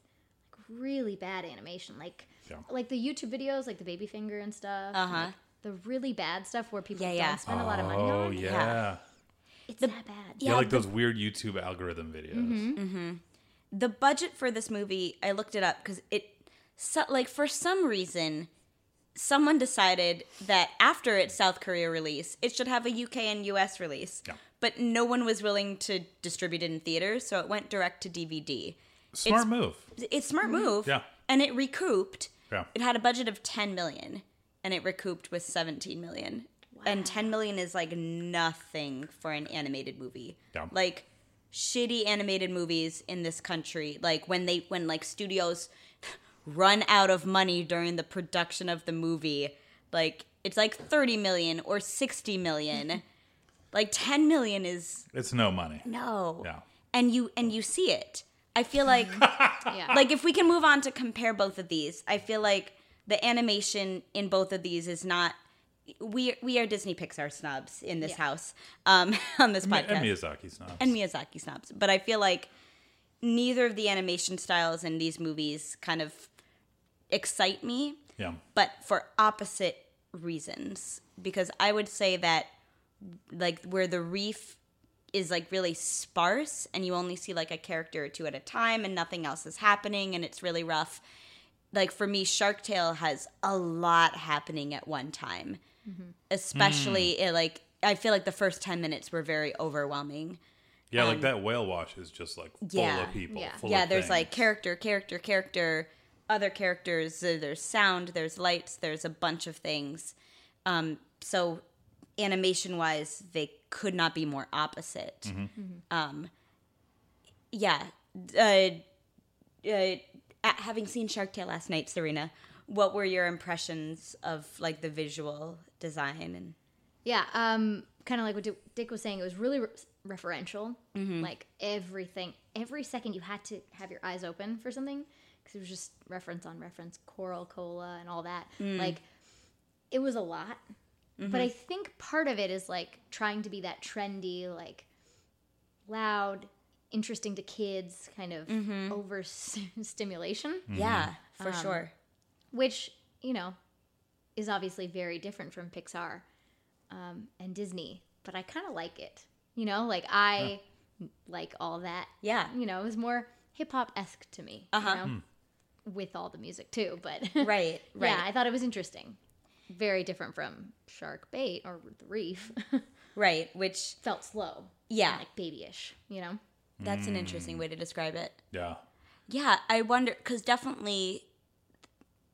like really bad animation. Like
Yeah.
like the YouTube videos, like the baby finger and stuff. and,
Uh-huh.
like, the really bad stuff where people
Yeah,
don't
yeah.
spend a lot of money
Oh
on.
yeah. yeah,
Yeah.
It's that bad.
like those weird YouTube algorithm videos.
Mm-hmm. the budget for this movie, I looked it up because it, so, like, for some reason, someone decided that after its South Korea release, it should have a UK and US release.
Yeah.
But no one was willing to distribute it in theaters, so it went direct to DVD.
Smart move.
It's a smart move.
Yeah.
And it recouped.
Yeah.
It had a budget of 10 million and it recouped with 17 million. And 10 million is like nothing for an animated movie.
Yeah.
Like shitty animated movies in this country, like when they when like studios run out of money during the production of the movie, like it's like 30 million or 60 million. like 10 million is
It's no money.
no.
Yeah.
And you and you see it. I feel like
Yeah.
like if we can move on to compare both of these, I feel like the animation in both of these is not we we are Disney Pixar snobs in this
Yeah.
house um on this
And
podcast
Miyazaki's not.
and Miyazaki snobs, but I feel like neither of the animation styles in these movies kind of excite me
yeah.
but for opposite reasons because i would say that like where the reef is like really sparse and you only see like a character or two at a time and nothing else is happening and it's really rough like for me shark tale has a lot happening at one time especially it, like i feel like the first 10 minutes were very overwhelming
Yeah, like that whale wash is just like full
um, yeah.
of people.
Yeah.
full
yeah
of
there's
things.
like character character character other characters uh, there's sound there's lights there's a bunch of things um, so animation wise they could not be more opposite
Mm-hmm.
Um, yeah uh, uh, a- having seen shark tale last night serena what were your impressions of like the visual design and
Yeah, um, kind of like what Di- Dick was saying, it was really re- referential. Like everything, every second you had to have your eyes open for something because it was just reference on reference, Coral Cola and all that. Like it was a lot, but I think part of it is like trying to be that trendy, like loud, interesting to kids kind of overstimulation
Mm-hmm.
yeah for sure
which you know is obviously very different from Pixar um, and Disney. But I kind of like it. You know, like I like all that.
yeah
You know, it was more hip hop esque to me.
Uh-huh.
You know? with all the music too. But
Right, right.
yeah, I thought it was interesting. Very different from Shark Bait or The Reef.
Right, which
Felt slow,
yeah,
like babyish, you know?
that's an
Mm.
interesting way to describe it.
Yeah.
Yeah, I wonder because definitely,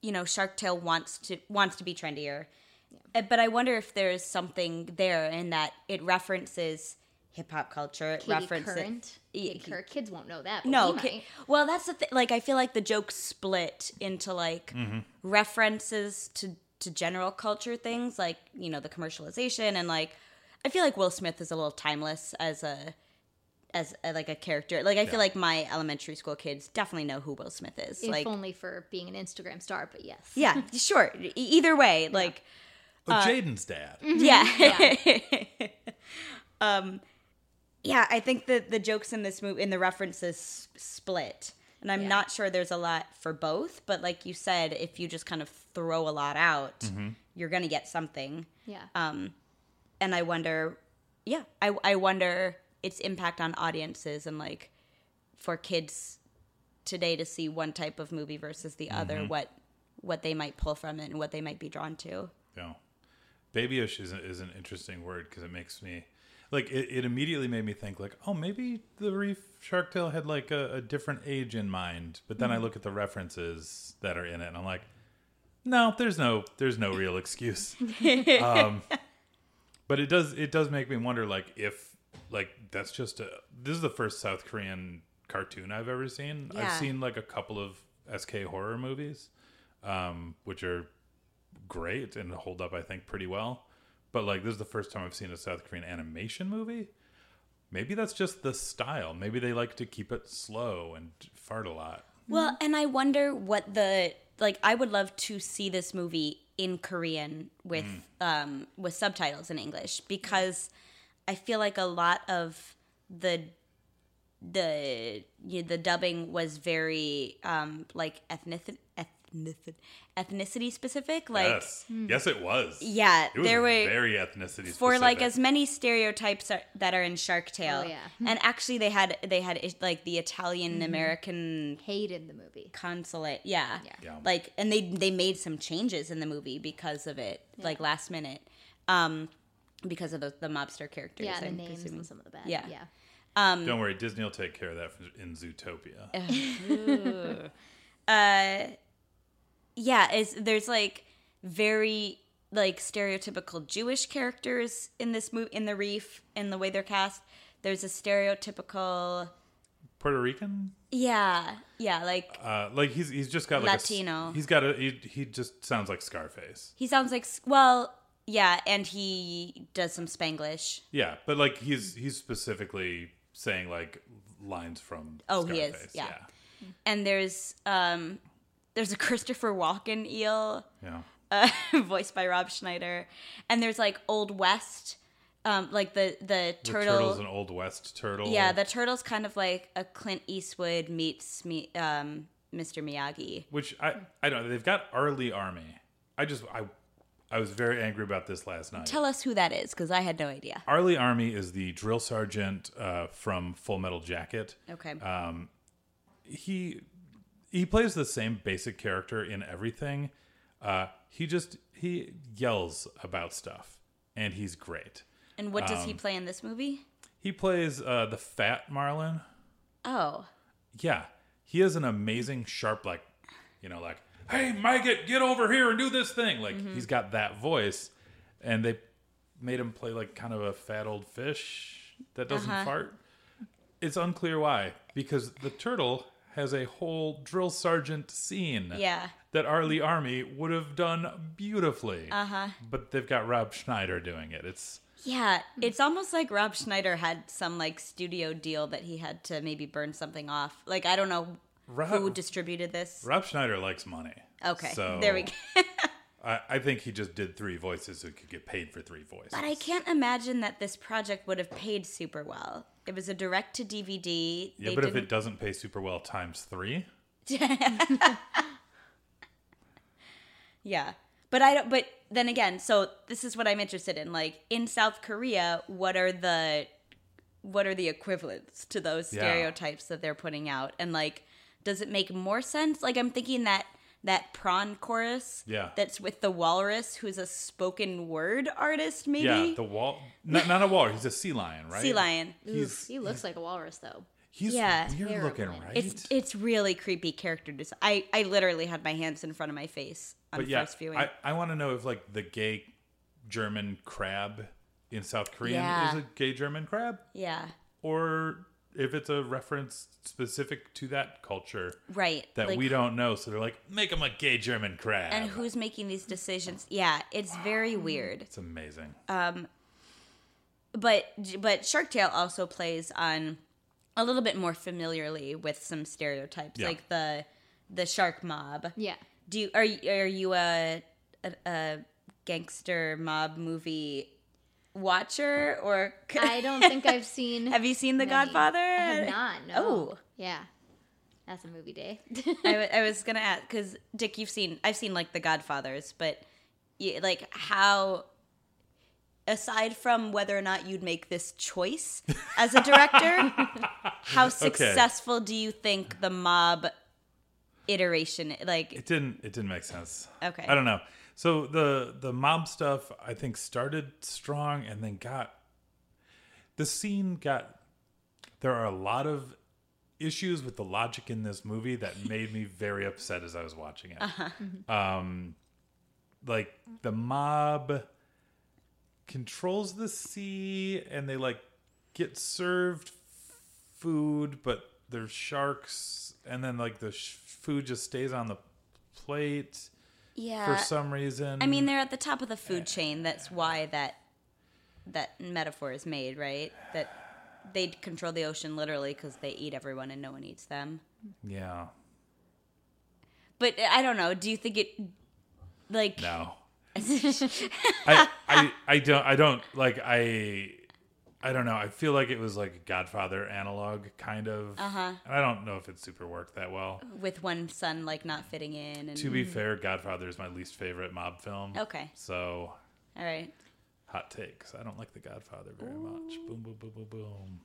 you know, Shark Tale wants to wants to be trendier, Uh, but I wonder if there's something there in that it references hip hop culture. It
Katie
references
Current.
Yeah,
Katie Kerr. Kids won't know that. But
no,
we
ki-
might.
well, that's the thing. Like, I feel like the jokes split into like references to to general culture things, like you know the commercialization and like I feel like Will Smith is a little timeless as a as a, like a character. Like I feel like my elementary school kids definitely know who Will Smith is.
if
like
only for being an Instagram star, but yes.
yeah, sure. E- either way, like
Oh,
uh,
Jaden's dad.
yeah. um yeah, I think that the jokes in this movie in the references s- split. And I'm
Yeah.
not sure there's a lot for both, but like you said, if you just kind of throw a lot out, you're going to get something.
Yeah.
And I wonder, yeah, I I wonder its impact on audiences and like for kids today to see one type of movie versus the other what what they might pull from it and what they might be drawn to.
Yeah. Babyish is, a- is an interesting word because it makes me like it, it immediately made me think like oh maybe the reef shark tale had like a, a different age in mind but then i look at the references that are in it and i'm like no there's no there's no real excuse um, but it does it does make me wonder like if like that's just a this is the first south korean cartoon i've ever seen i've
Yeah.
seen like a couple of sk horror movies um, which are great and hold up, I think, pretty well. But like, this is the first time I've seen a South Korean animation movie. Maybe that's just the style. Maybe they like to keep it slow and fart a lot.
Well,
Mm-hmm.
and I wonder what the like I would love to see this movie in Korean with
Mm.
um with subtitles in English because I feel like a lot of the the you the dubbing was very um like ethnic ethnicity ethnicity specific like hmm.
yes, yes, it was.
yeah
it was
there were
very ethnicity
for like as
specific.
many stereotypes are, that are in Shark Tale
Oh, yeah.
and actually they had they had like the Italian
Mm-hmm.
American
Hated the movie.
consulate yeah.
Yeah.
Yeah.
like and they they made some changes in the movie because of it like last minute um because of the, the mobster characters
Yeah, the
I'm
names
presuming.
and some of the bad.
Yeah.
Yeah.
um,
Don't worry, Disney will take care of that for- in Zootopia.
Uh, yeah is there's like very like stereotypical jewish characters in this movie in the reef and the way they're cast there's a stereotypical
Puerto Rican,
yeah yeah like
uh, like he's he's just got like a s-
Latino.
he's got a he, he just sounds like Scarface.
he sounds like s- well yeah and he does some spanglish
Yeah, but like he's he's specifically saying like lines from.
Oh, he is,
Scarface.
yeah. and there's um there's a christopher walken eel
yeah, yeah.
uh, voiced by Rob Schneider. And there's like Old West, um, like the the
The
turtle.
turtle's an old west turtle.
yeah, the turtle's kind of like a Clint Eastwood meets me, um, Mr. Miyagi.
which I I don't know. They've got Arlie Army. I just I I was very angry about this last night.
Tell us who that is, because I had no idea.
Arlie Army is the drill sergeant uh, from Full Metal Jacket.
Okay.
He he plays the same basic character in everything. Uh, he just he yells about stuff, and he's great.
and what does he play in this movie?
He plays uh, the fat Marlin.
Oh,
Yeah, he is an amazing sharp, like, you know, like, hey, Mike, get get over here and do this thing. Like,
Mm-hmm.
he's got that voice, and they made him play like kind of a fat old fish that doesn't
Uh-huh.
fart. It's unclear why, because the turtle has a whole drill sergeant scene.
Yeah.
That Arlie Army would have done beautifully. Uh
Uh-huh.
huh. But they've got Rob Schneider doing it. It's
yeah. It's almost like Rob Schneider had some like studio deal that he had to maybe burn something off. Like, I don't know who
Rob,
distributed this.
Rob Schneider likes money.
Okay.
So
There we go.
I, I think he just did three voices so he could get paid for three voices.
But I can't imagine that this project would have paid super well. It was a direct to DVD.
yeah, but if it doesn't pay super well times three,
yeah. But I don't. But then again, so this is what I'm interested in. Like in South Korea, what are the what are the equivalents to those
Yeah.
stereotypes that they're putting out? And like does it make more sense? Like I'm thinking that that prawn chorus
Yeah.
that's with the walrus who's a spoken word artist maybe
Yeah, the wall. Not, not a wall. He's a sea lion, right?
sea lion
He's
he looks like a walrus though.
he's
Yeah.
weird looking,
Terrifying.
right?
it's it's really creepy character design i i literally had my hands in front of my face on
but yeah,
first viewing
I, I want to know if like the gay German crab in South Korean
Yeah.
is a gay German crab,
yeah
or if it's a reference specific to that culture
right
that
Like,
we don't know. So they're like, make him a gay German crab.
and who's making these decisions yeah it's very weird
It's amazing.
but but Shark Tale also plays on a little bit more familiarly with some stereotypes,
Yeah.
like the the shark mob.
Yeah.
Do you, are you- are you a, a a gangster mob movie watcher or
I don't think I've seen.
have you seen The
many.
Godfather?
I have not. No.
Oh.
Yeah. That's a movie day.
I, w- I was gonna ask because Dick, you've seen I've seen like The Godfathers, but you, like how aside from whether or not you'd make this choice as a director, how successful do you think the mob iteration like
It didn't. It didn't make sense.
Okay.
I don't know. So the the mob stuff I think started strong and then got the scene got. There are a lot of issues with the logic in this movie that made me very upset as I was watching it. Um, like the mob controls the sea and they like get served food, but there's sharks, and then like the sh- food just stays on the plate
yeah
for some reason.
Uh, I mean they're at the top of the food chain that's why that that metaphor is made right that they control the ocean literally because they eat everyone and no one eats them
yeah,
but I don't know do you think it like
no, I, I, I don't, I don't like, I, I don't know. I feel like it was like a Godfather analog kind of.
Uh-huh.
And I don't know if it super worked that well.
with one son like not fitting in and
To be fair, Godfather is my least favorite mob film.
Mm. okay
So
all right
hot takes. I don't like the Godfather very much. Boom, boom, boom, boom, boom.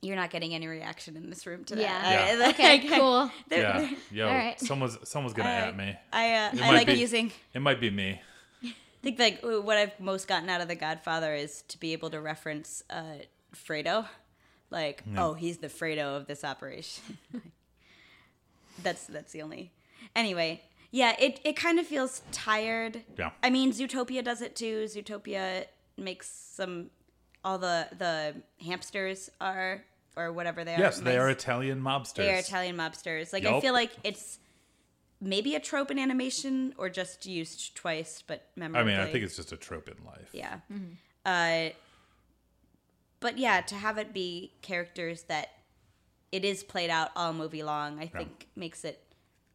you're not getting any reaction in this room today
Yeah.
Yeah.
Okay, cool.
Yeah, yo,
All right.
someone's someone's gonna at me.
i uh, i
might
like
be-
using
It might be me.
i think like what i've most gotten out of the godfather is to be able to reference uh fredo like oh he's the fredo of this operation that's that's the only anyway yeah it it kind of feels tired
Yeah.
I mean, Zootopia does it too. Zootopia makes some all the the hamsters are or whatever they are.
Yes, they
mice.
are Italian mobsters.
They are Italian mobsters. Like I
Yup.
feel like it's maybe a trope in animation or just used twice, but
I
memorably.
mean, I think it's just a trope in life.
yeah.
Mm-hmm.
Uh, but yeah, to have it be characters that it is played out all movie long, I think makes it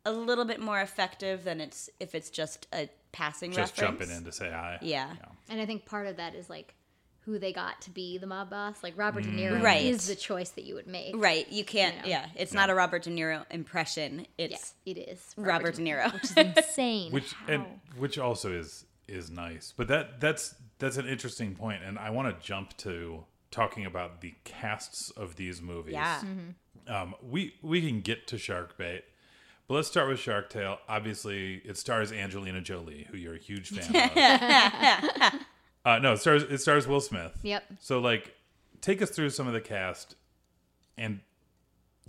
a little bit more effective than it's if it's just a passing
Just
reference.
jumping in to say hi.
Yeah.
And I think part of that is like who they got to be the mob boss. Like Robert De Niro
Mm, Right.
is the choice that you would make.
Right. You can't.
know?
Yeah. It's not a Robert De Niro impression.
Yeah,
It's
it is.
Robert De Niro.
Which is insane.
Which
How?
and which also is is nice. But that that's that's an interesting point, and I want to jump to talking about the casts of these movies.
yeah.
Mm-hmm.
Um, we we can get to Shark Bait, but let's start with Shark Tale. Obviously, it stars Angelina Jolie, who you're a huge fan of. Uh, no, it stars it stars Will Smith.
Yep.
So like, take us through some of the cast, and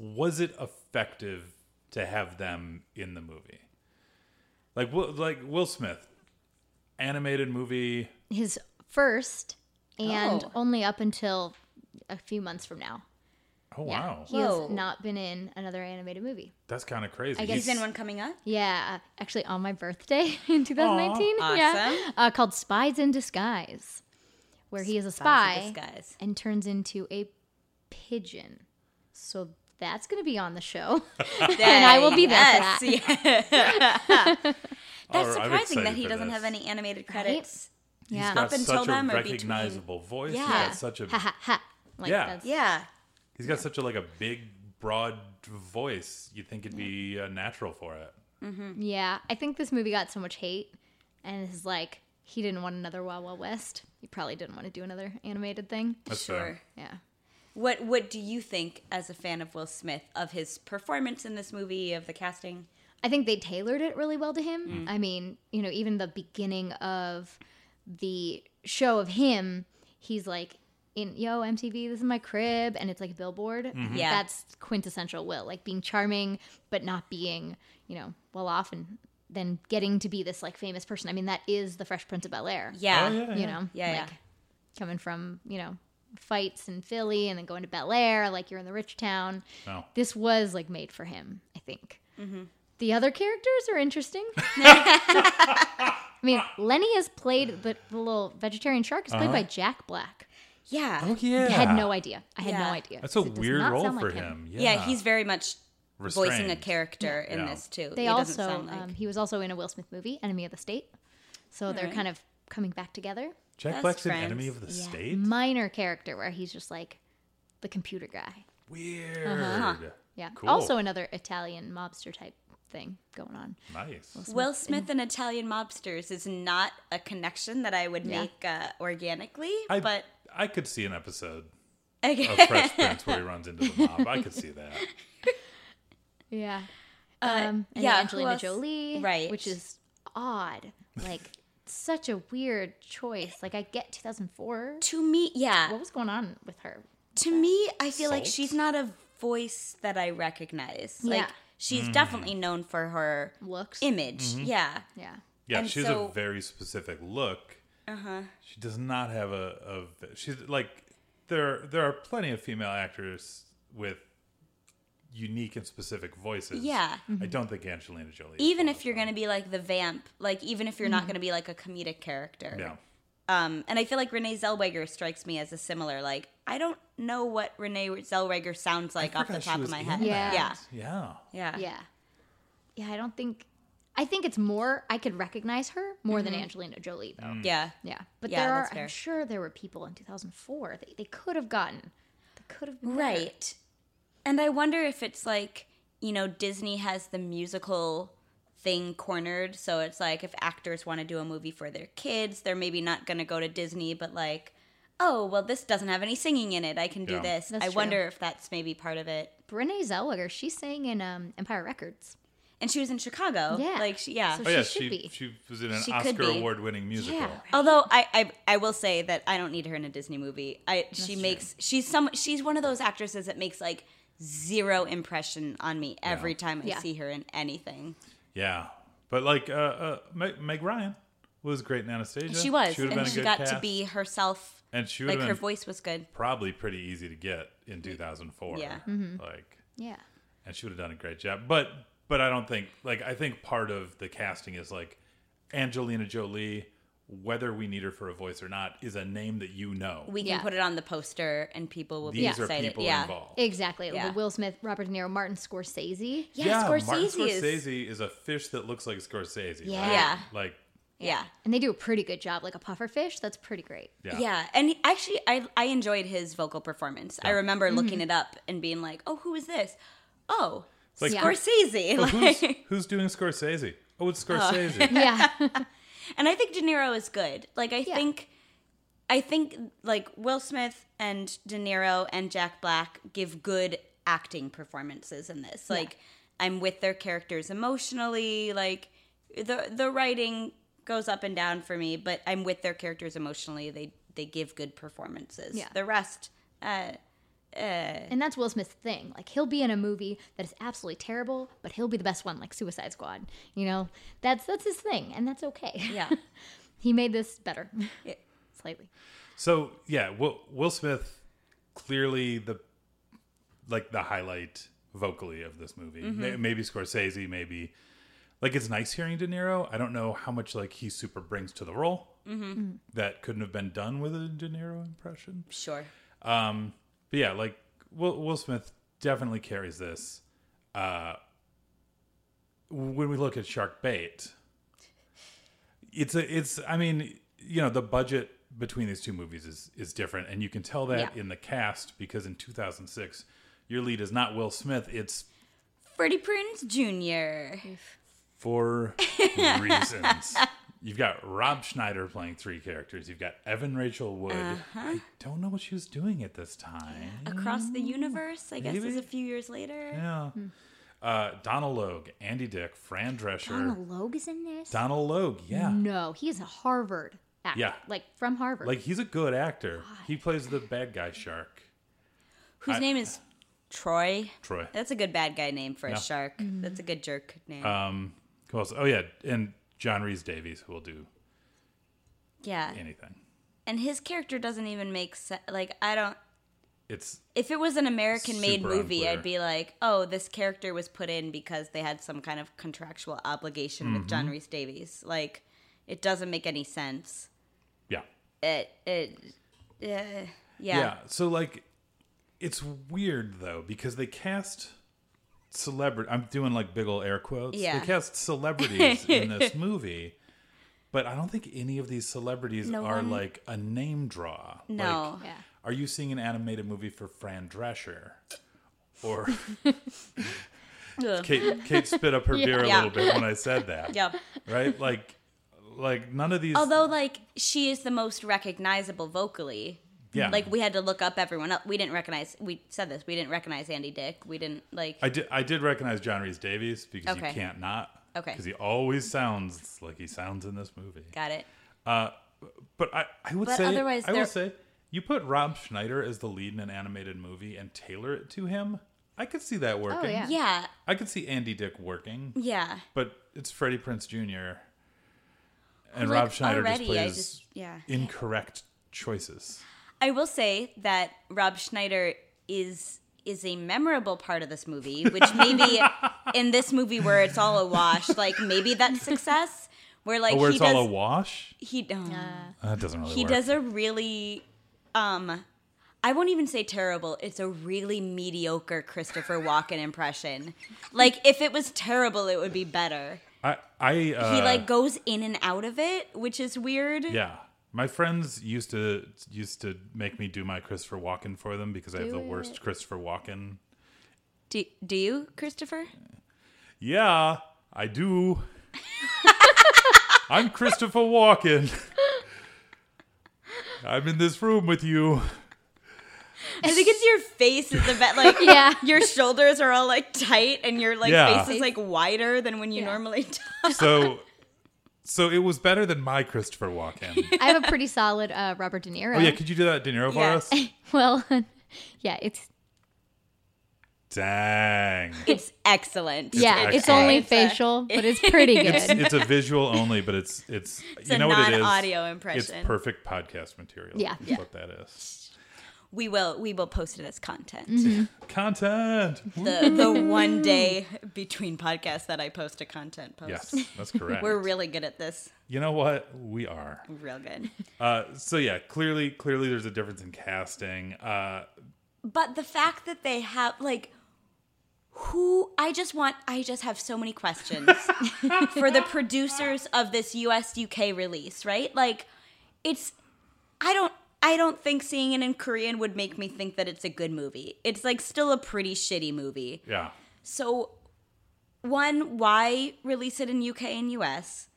was it effective to have them in the movie? Like, Will, like Will Smith, animated movie.
his first and
Oh.
only up until a few months from now.
Oh
Yeah.
wow,
He has
Whoa.
not been in another animated movie.
that's kind of crazy.
guess-
He's in one coming up.
Yeah, actually on my birthday in 2019. Yeah.
Awesome.
Uh, called Spies in Disguise, where he is a
Spies in
spy
Disguise.
and turns into a pigeon. So that's going to be on the show. and I will be there for that.
Yes, yeah. That's
Or Oh, I'm
surprising that
excited
he
for
doesn't
this.
have any animated credits.
He's
Yeah.
got
Up until
such
them
a
or between-
recognizable voice.
Yeah.
He's got such a
ha ha ha. Like
Yeah.
that's
Yeah.
He's got such a like a big, broad voice. You'd think it'd be uh, natural for it.
Yeah, I think this movie got so much hate, and it's like he didn't want another Wild Wild West. He probably didn't want to do another animated thing.
That's
sure.
fair.
Yeah,
What What do you think, as a fan of Will Smith, of his performance in this movie, of the casting?
I think they tailored it really well to him. I mean, you know, even the beginning of the show of him, he's like, in yo MTV, this is my crib, and it's like a billboard.
Yeah.
that's quintessential Will, like being charming but not being, you know, well off, and then getting to be this like famous person. I mean, that is the Fresh Prince of Bel Air.
Yeah,
Oh, yeah.
you know,
Yeah, yeah.
like coming from you know fights in Philly and then going to Bel Air, like you're in the rich town
No.
this was like made for him, I think.
Mm-hmm.
The other characters are interesting. I mean, Lenny is played, but the little vegetarian shark is played by Jack Black.
yeah,
Oh Uh-huh. yeah.
I had no idea. I had
Yeah.
no idea.
That's a
'cause it does
weird
not
role
sound
for
like
him.
yeah. He's very much voicing a
Restrained.
character in
Yeah.
this too.
They
He doesn't
also,
sound like-
um, he was also in a Will Smith movie, Enemy of the State. So they're
right.
kind of coming back together.
Jack
Best
Black's an
friends. Mm-hmm.
enemy of the
Yeah,
state.
Minor character where he's just like the computer guy.
Weird.
Yeah.
Cool.
Also another Italian mobster type thing going on.
Nice.
Will Smith and Italian mobsters is not a connection that I would
Yeah.
make uh, organically,
I, Oh.
but
I could see an episode
okay.
of Fresh Prince where he runs into the mob. I could see that.
Yeah.
Uh,
um, and
yeah, who
Angelina
else?
Jolie,
Right.
Which is odd, like such a weird choice. Like I get 2004.
to me, yeah,
What was going on with her?
to me, I feel like
Salt?
she's not a voice that I recognize. Like
Yeah.
she's
Hmm.
definitely known for her
Looks.
image.
Mm-hmm.
Yeah.
yeah.
Yeah,
And
she has
so-
a very specific look.
Uh-huh.
She does not have a, a she's like there there are plenty of female actors with unique and specific voices.
Yeah. Mm-hmm.
I don't think Angelina Jolie. is
Even
one
if
of
you're
them.
going to be like the vamp, like even if you're
Mm-hmm.
not going to be like a comedic character.
No.
Um and I feel like Renee Zellweger strikes me as a similar like I don't know what Renee Zellweger sounds like off the
Forgot she
top of
was
my
in
head.
Yeah.
that.
Yeah.
Yeah.
Yeah.
Yeah. Yeah. I don't think. I think it's more. I could recognize her more than Angelina Jolie, though.
Yeah.
Yeah. But
Mm-hmm. Yeah,
there
that's
are.
fair.
I'm sure there were people in 2004 that they could have gotten. They could have been better.
Right. And I wonder if it's like, you know, Disney has the musical thing cornered. So it's like if actors want to do a movie for their kids, they're maybe not going to go to Disney, but like, oh, well, this doesn't have any singing in it. I can do
Yeah.
this.
That's
I
true.
wonder if that's maybe part of it.
Renee Zellweger, she sang in um, Empire Records.
And she was in Chicago.
Yeah.
Like, she, yeah.
So
Oh
She
yeah,
should
she
be.
she was in an
She could
Oscar
be.
award winning musical.
Yeah.
Although I, I I will say that I don't need her in a Disney movie. I she makes she's some she's one of those actresses that makes like zero impression on me every time I
Yeah.
see her in anything.
Yeah, but like uh, uh, Meg, Meg Ryan was great in Anastasia.
She was,
would've
and
been a
she
good
got to
cast.
be herself.
and she would
Like
have
her
been
voice was good.
probably pretty easy to get in 2004.
Yeah. Mm-hmm.
like
Yeah.
and she would have done a great job. But but I don't think like I think part of the casting is like Angelina Jolie, whether we need her for a voice or not, is a name that you know.
We can
Yeah.
put it on the poster, and people will
These
be
are
excited.
people
yeah,
involved.
Exactly.
Yeah.
The Will Smith, Robert De Niro, Martin Scorsese.
yeah,
Martin
Scorsese is.
Scorsese is a fish that looks like Scorsese. right?
Yeah.
like
Yeah.
And they do a pretty good job, like a puffer fish. That's pretty great.
yeah,
yeah,
and he- actually, I I enjoyed his vocal performance. I remember looking it
Mm-hmm.
up and being like, "Oh, who is this? Oh,
Like,
Yeah.
Scorsese."
But who's,
Like,
who's doing Scorsese? Oh, it's Scorsese.
Yeah.
and I think De Niro is good. Like, I
Yeah.
think, I think like Will Smith and De Niro and Jack Black give good acting performances in this. Like, I'm with their characters emotionally. Like, the the writing goes up and down for me, but I'm with their characters emotionally. They they give good performances.
Yeah.
The rest, uh,
and that's Will Smith's thing. Like, he'll be in a movie that is absolutely terrible, but he'll be the best one, like Suicide Squad. You know, that's that's his thing, and that's okay.
yeah,
he made this better.
Yeah.
Slightly.
So yeah, Will, Will Smith clearly the like the highlight vocally of this movie. May- Maybe Scorsese, maybe like it's nice hearing De Niro. I don't know how much like he super brings to the role that couldn't have been done with a De Niro impression.
sure.
Um, but yeah, like Will, Will Smith definitely carries this. Uh, when we look at Shark Bait, it's a, it's. I mean, you know, the budget between these two movies is is different, and you can tell that
Yeah.
in the cast because in 2006, your lead is not Will Smith; it's
Mm-hmm.
Freddie Prinze Jr.
for reasons. You've got Rob Schneider playing three characters. You've got Evan Rachel Wood. I don't know what she was doing at this time.
Across the universe, I guess, is
Maybe.
a few years later.
Yeah.
Hmm.
Uh, Donald Logue, Andy Dick, Fran Drescher. Donald,
Donald Logue is in this?
Logue, yeah.
Hmm.
No, he's a Harvard actor.
Yeah.
Like from Harvard.
Like, he's a good actor. He plays the bad guy shark,
Whose
I-
name is Troy.
Troy.
That's a good bad guy name for
Yeah.
a shark. That's a good jerk name.
Who else? Oh, yeah. And John Reese Davies, who will do
yeah.
anything.
And his character doesn't even make sense. Like, I don't.
It's
If it was an American made
Super
movie,
unclear.
I'd be like, oh, this character was put in because they had some kind of contractual obligation with
Mm-hmm.
John Reese Davies. Like, it doesn't make any sense.
yeah.
It, it, uh, yeah.
yeah. So like, it's weird though because they cast celebrity. I'm doing like big ol' air quotes.
Yeah.
They cast celebrities in this movie, but I don't think any of these celebrities
No
are
one-
like a name draw.
No.
Like,
yeah.
are you seeing an animated movie for Fran Drescher? Or
Ugh.
Kate, Kate spit up her beer a
Yeah.
little bit when I said that.
Yeah.
Right? Like, like none of these.
Although, like, she is the most recognizable vocally.
Yeah.
Like, we had to look up everyone up. We didn't recognize, we said this, we didn't recognize Andy Dick. We didn't, like,
I did. I did recognize John Reese Davies because
Okay.
you can't not.
Okay.
Because he always sounds like he sounds in this movie. Uh,
got it.
But I, I would
But
say,
otherwise
I will
there-
say, you put Rob Schneider as the lead in an animated movie and tailor it to him. I could see that working.
yeah.
Oh, Yeah.
I could see Andy Dick working,
Yeah.
but it's Freddie Prince Jr. and
Oh, Like,
Rob Schneider
already,
just plays
I just, yeah.
incorrect choices.
I will say that Rob Schneider is is a memorable part of this movie, which maybe in this movie where it's all a wash, like maybe that's success. Where like
But Oh, where
he
it's all a
does
wash, uh,
he um,
that doesn't really
he
work.
does a really um I won't even say terrible. It's a really mediocre Christopher Walken impression. Like if it was terrible, it would be better.
I, I uh,
he like goes in and out of it, which is weird.
Yeah. My friends used to used to make me do my Christopher Walken for them because I have
Do
the
it.
worst Christopher Walken.
Do, do you, Christopher?
Yeah, I do. I'm Christopher Walken. I'm in this room with you.
I think it's your face is the best. Like,
Yeah.
your shoulders are all like tight, and your like
Yeah.
face is like wider than when you
Yeah.
normally talk.
So so it was better than my Christopher Walken.
I have a pretty solid uh, Robert De Niro.
Oh yeah, could you do that De Niro for
Yeah.
us?
well, yeah, it's
Dang.
It's excellent.
yeah, it's
excellent.
only
It's a-
facial, but it's pretty good.
It's, it's a visual only, but it's it's,
It's
you
a
know what it is.
non-audio
It's
impression.
perfect podcast material.
Yeah.
is
Yeah.
what that is.
we will we will post it as content. Mm-hmm.
Content.
The the one day between podcasts that I post a content post.
Yes, that's correct.
We're really good at this.
you know what? We are.
Real good.
Uh, so yeah, clearly, clearly, there's a difference in casting. Uh,
But the fact that they have like who I just want I just have so many questions for the producers of this US UK release, right? Like it's I don't I don't think seeing it in Korean would make me think that it's a good movie. It's like still a pretty shitty movie.
yeah,
So one, why release it in UK and US?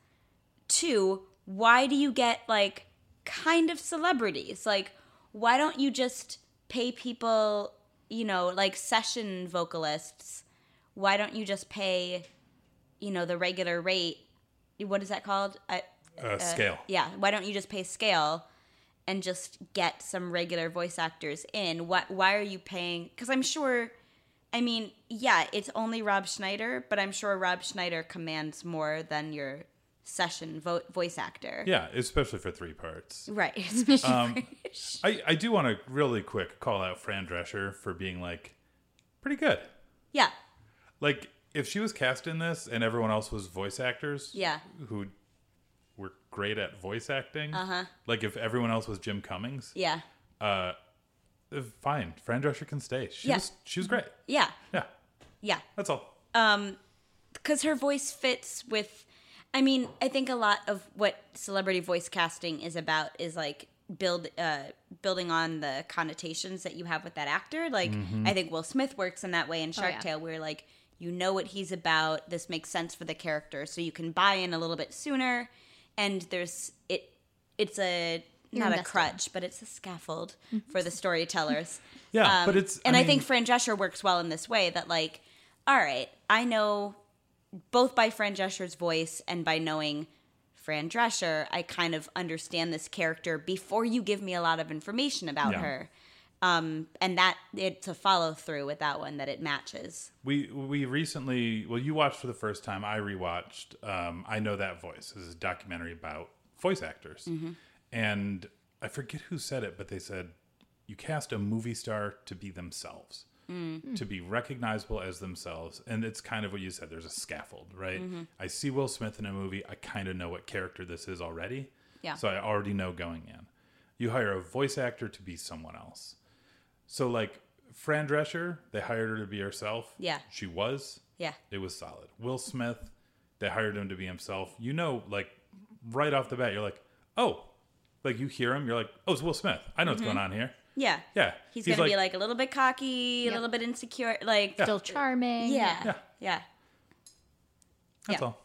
Two, why do you get like kind of celebrities? Like, why don't you just pay people, you know, like session vocalists? Why don't you just pay, you know, the regular rate? What is that called? I,
uh, scale.
yeah, why don't you just pay scale and just get some regular voice actors in? Why why are you paying? Cuz I'm sure I mean, yeah, it's only Rob Schneider, but I'm sure Rob Schneider commands more than your session vo- voice actor.
Yeah, especially for three parts.
Right.
I, I do want to really quick call out Fran Drescher for being like pretty good.
yeah.
Like if she was cast in this and everyone else was voice actors,
Yeah.
who were great at voice acting. Uh-huh. Like if everyone else was Jim Cummings,
Yeah.
uh, fine. Fran Drescher can stay. She
Yeah. Mm-hmm.
was she was great.
Yeah.
Yeah,
Yeah.
that's all.
because her voice fits with i mean i think a lot of what celebrity voice casting is about is like build uh building on the connotations that you have with that actor like i think will smith works in that way in shark
Oh, yeah.
tale where like you know what he's about this makes sense for the character so you can buy in a little bit sooner and there's it it's a
You're
not a
invested. Mm-hmm.
crutch, but it's a scaffold for the storytellers.
Yeah,
Um,
but it's
and I,
mean,
think Fran Drescher works well in this way that like, all right, I know both by Fran Drescher's voice and by knowing Fran Drescher, I kind of understand this character before you give me a lot of information about
Yeah.
her. Um, and that it's a follow through with that one that it matches.
we we recently well you watched for the first time I rewatched um, I know that voice this is a documentary about voice actors
Mm-hmm.
and I forget who said it but they said you cast a movie star to be themselves
Mm.
to be recognizable as themselves and it's kind of what you said there's a scaffold right
Mm-hmm.
I see Will Smith in a movie I kind of know what character this is already
Yeah.
so I already know going in you hire a voice actor to be someone else so like Fran Drescher, they hired her to be herself.
Yeah.
She was.
Yeah.
It was solid. Will Smith, they hired him to be himself. You know, like right off the bat, you're like, oh, like you hear him, you're like, oh, it's Will Smith. I know what's going on here.
Yeah.
Yeah.
Mm-hmm. He's, gonna be like a little bit cocky, a
Yep.
little bit insecure, like yeah.
Still charming.
Yeah.
Yeah. that's
yeah.
all.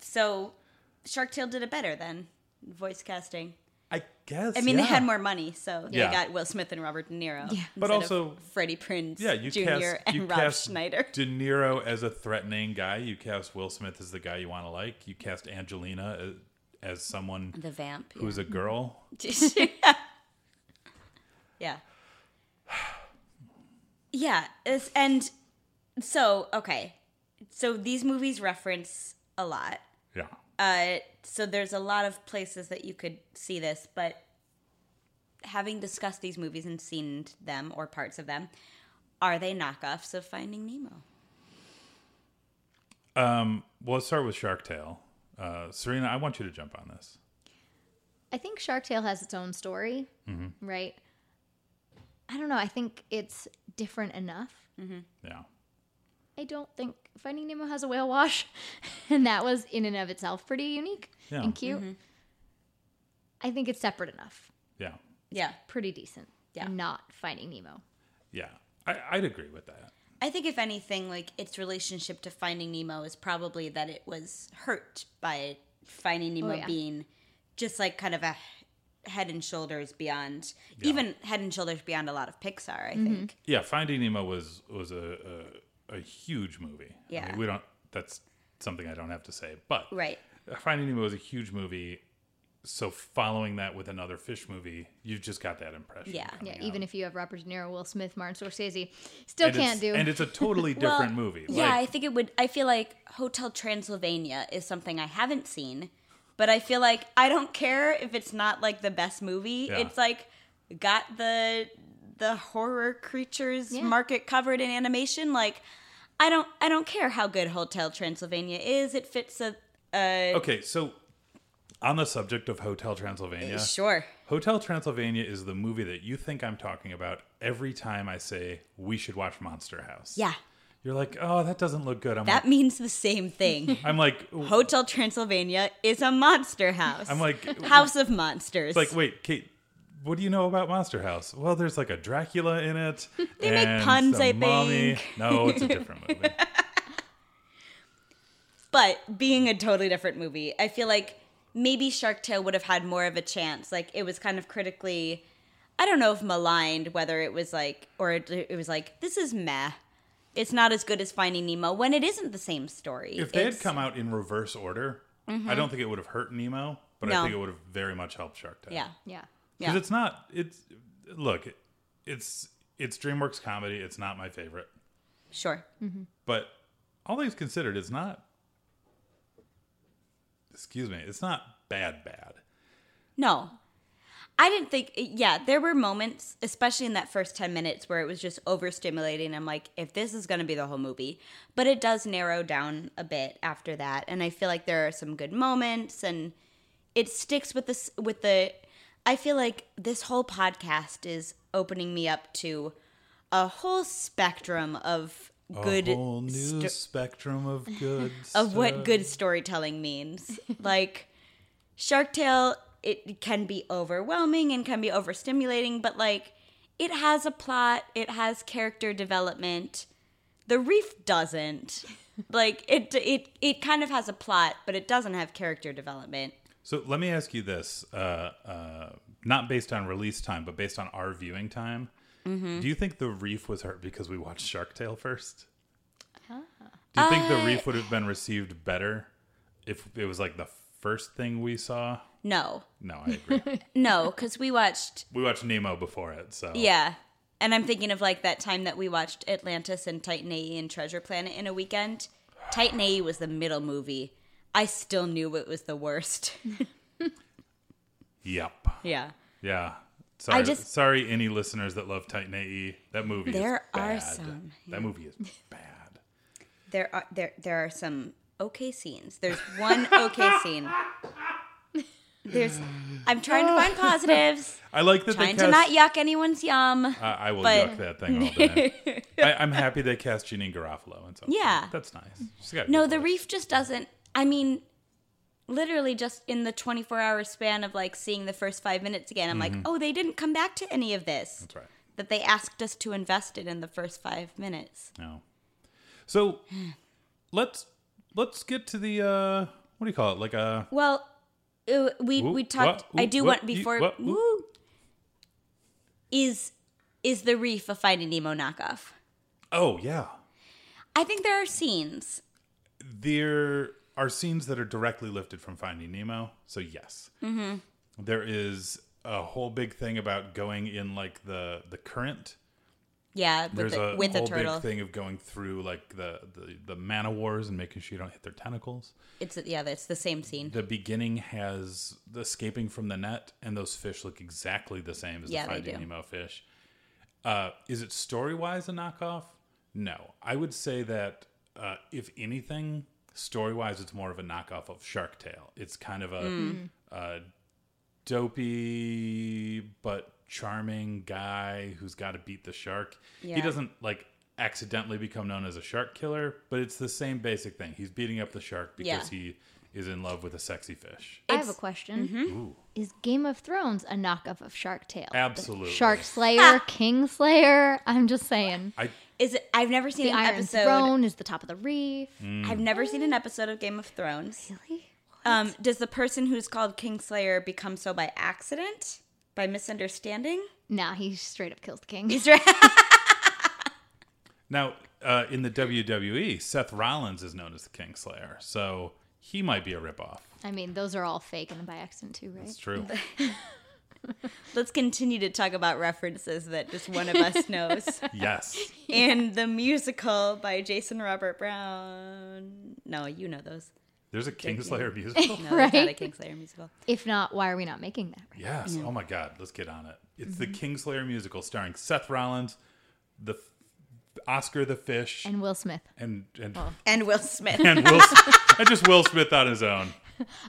So Shark Tale did it better than voice casting.
I guess.
I mean,
yeah.
they had more money, so
Yeah.
they got Will Smith and Robert De Niro.
Yeah.
But
instead of
also-
Freddie Prinze
Yeah, you
Jr.
cast
and
you
Rob
cast
Schneider.
De Niro as a threatening guy. You cast Will Smith as the guy you want to like. You cast Angelina uh, as, as someone
The vamp.
who's a girl.
yeah. yeah. Yeah. it's- and so, okay. So these movies reference a lot.
Yeah.
Uh, so there's a lot of places that you could see this, but having discussed these movies and seen them or parts of them, are they knockoffs of Finding Nemo?
Well, let's start with Shark Tale. Uh, Serena, I want you to jump on this.
I think Shark Tale has its own story,
Mm-hmm.
right? I don't know. I think it's different enough.
Yeah.
I don't think Finding Nemo has a whale wash, and that was in and of itself pretty unique
Yeah.
and cute. I think it's separate enough,
Yeah.
Yeah.
pretty decent.
Yeah.
and not Finding Nemo.
Yeah. I, I'd agree with that.
I think if anything, like its relationship to Finding Nemo is probably that it was hurt by Finding Nemo
Oh, yeah.
being just like kind of a head and shoulders beyond, even head and shoulders beyond a lot of Pixar. I
Mm-hmm.
think.
Yeah. Finding Nemo was was a a, a huge movie. I
Yeah.
mean, we don't. That's something I don't have to say. But
Right.
Finding Nemo was a huge movie. So following that with another fish movie, you've just got that impression.
Yeah.
coming
Yeah,
out.
even if you have Robert De Niro, Will Smith, Martin Scorsese, still
And it's-
can't do.
And it's a totally different
Well,
movie.
Yeah, I
Like,
think it would. I feel like Hotel Transylvania is something I haven't seen, but I feel like I don't care if it's not like the best movie.
Yeah.
It's like got the the horror creatures
Yeah.
market covered in animation. Like I don't I don't care how good Hotel Transylvania is. It fits a, a
okay. So on the subject of Hotel Transylvania,
sure.
Hotel Transylvania is the movie that you think I'm talking about every time I say we should watch Monster House.
Yeah,
You're like, oh, that doesn't look good. I'm
that means the same thing.
like, I'm like,
Hotel Transylvania is a monster house.
I'm like,
House of Monsters.
like, wait, Kate, what do you know about Monster House? Well, there's like a Dracula in it. they
make puns, I think.
No, it's a different movie.
but being a totally different movie, I feel like maybe Shark Tale would have had more of a chance. Like it was kind of critically, I don't know if maligned, whether it was like, or it, it was like, this is meh. It's not as good as Finding Nemo when it isn't the same story.
If they had
It's- Mm-hmm.
come out in reverse order, I don't think it would have hurt Nemo, but I
No.
think it would have very much helped Shark Tale.
yeah,
yeah,
because
yeah,
it's not. It's look, it's it's DreamWorks comedy. It's not my favorite,
sure,
but all things considered, it's not. Excuse me, it's not bad. Bad.
no. I didn't think, yeah, there were moments, especially in that first 10 minutes, where it was just overstimulating. I'm like, if this is going to be the whole movie. But it does narrow down a bit after that. And I feel like there are some good moments and it sticks with this, with the, I feel like this whole podcast is opening me up to a whole spectrum of good,
a whole new
sto-
spectrum of good
of what good storytelling means. like Shark Tale, it can be overwhelming and can be overstimulating, but like it has a plot, it has character development. The Reef doesn't. like it it it kind of has a plot, but it doesn't have character development.
So let me ask you this: uh, uh, not based on release time, but based on our viewing time.
Mm-hmm.
Do you think the reef was hurt because we watched Shark Tale first?
Ah.
Do you think
Uh.
the reef would have been received better if it was like the first thing we saw?
No.
No, I agree.
No, cuz we watched
we watched Nemo before it, so
yeah. And I'm thinking of like that time that we watched Atlantis and Titan AE and Treasure Planet in a weekend. Titan AE was the middle movie. I still knew it was the worst.
Yep.
yeah.
Yeah. Sorry,
just-
sorry, any listeners that love Titan AE. That movie is
There are
bad.
some,
That movie is bad.
There are there there are some okay scenes. There's one okay scene. There's I'm trying to find positives,
I like that
trying
they
to
cast.
not yuck anyone's yum.
I, I will
but-
yuck that thing all day. I, I'm happy they cast Janine Garofalo and stuff.
Yeah.
that's nice. She's got a
No,
good
the
voice.
reef just doesn't. I mean, literally just in the 24 hour span of like seeing the first 5 minutes again, I'm like, "Oh, they didn't come back to any of this
That's right.
that they asked us to invest it in the first 5 minutes."
No. So let's let's get to the uh what do you call it? Like a
Well, uh, we
Whoop,
we talked I
wha- whoop,
do
whoop,
want
yee,
before
whoop, whoop.
woo, is is the reef a Finding Nemo knockoff?
oh yeah.
I think there are scenes.
There are scenes that are directly lifted from Finding Nemo, so yes.
Mm-hmm.
There is a whole big thing about going in like the the current.
Yeah, with
There's
the,
a
with the
whole
turtle.
big thing of going through like the the the man o' wars and making sure you don't hit their tentacles.
It's yeah, that's the same scene.
The beginning has the escaping from the net, and those fish look exactly the same as
Yeah, they
the Finding
do.
Nemo fish. Uh, is it story wise a knockoff? No, I would say that uh, if anything, story wise, it's more of a knockoff of Shark Tale. It's kind of a,
Hmm.
a dopey but charming guy who's got to beat the shark. He
Yeah.
doesn't like accidentally become known as a shark killer, but it's the same basic thing. He's beating up the shark because he is in love with a sexy fish.
I have a question.
Ooh.
Is Game of Thrones a knockoff of Shark Tale? The
Absolutely.
Shark Slayer, King Slayer. I'm just saying.
I
Is it I've never seen
The
an
Iron
episode
Throne is the top of the reef.
Mm.
I've never seen an episode of Game of Thrones.
Really?
Um, does the person who's called Kingslayer become so by accident? By misunderstanding?
No, he straight up kills the king.
Is there-
now uh, in the WWE, Seth Rollins is known as the Kingslayer, so he might be a ripoff.
I mean, those are all fake and by accident too, right?
It's true.
Let's continue to talk about references that just one of us knows.
yes.
In the musical by Jason Robert Brown. No, you know those.
There's a Kingslayer musical.
No, it's not a
Right.
Kingslayer musical.
If not, why are we not making that? Right?
Yes. Oh my God. Let's get on it. It's the
Mm-hmm.
Kingslayer musical starring Seth Rollins, the f- Oscar the Fish,
And Will Smith.
and and,
And Will Smith.
and Will Smith, and just Will Smith on his own.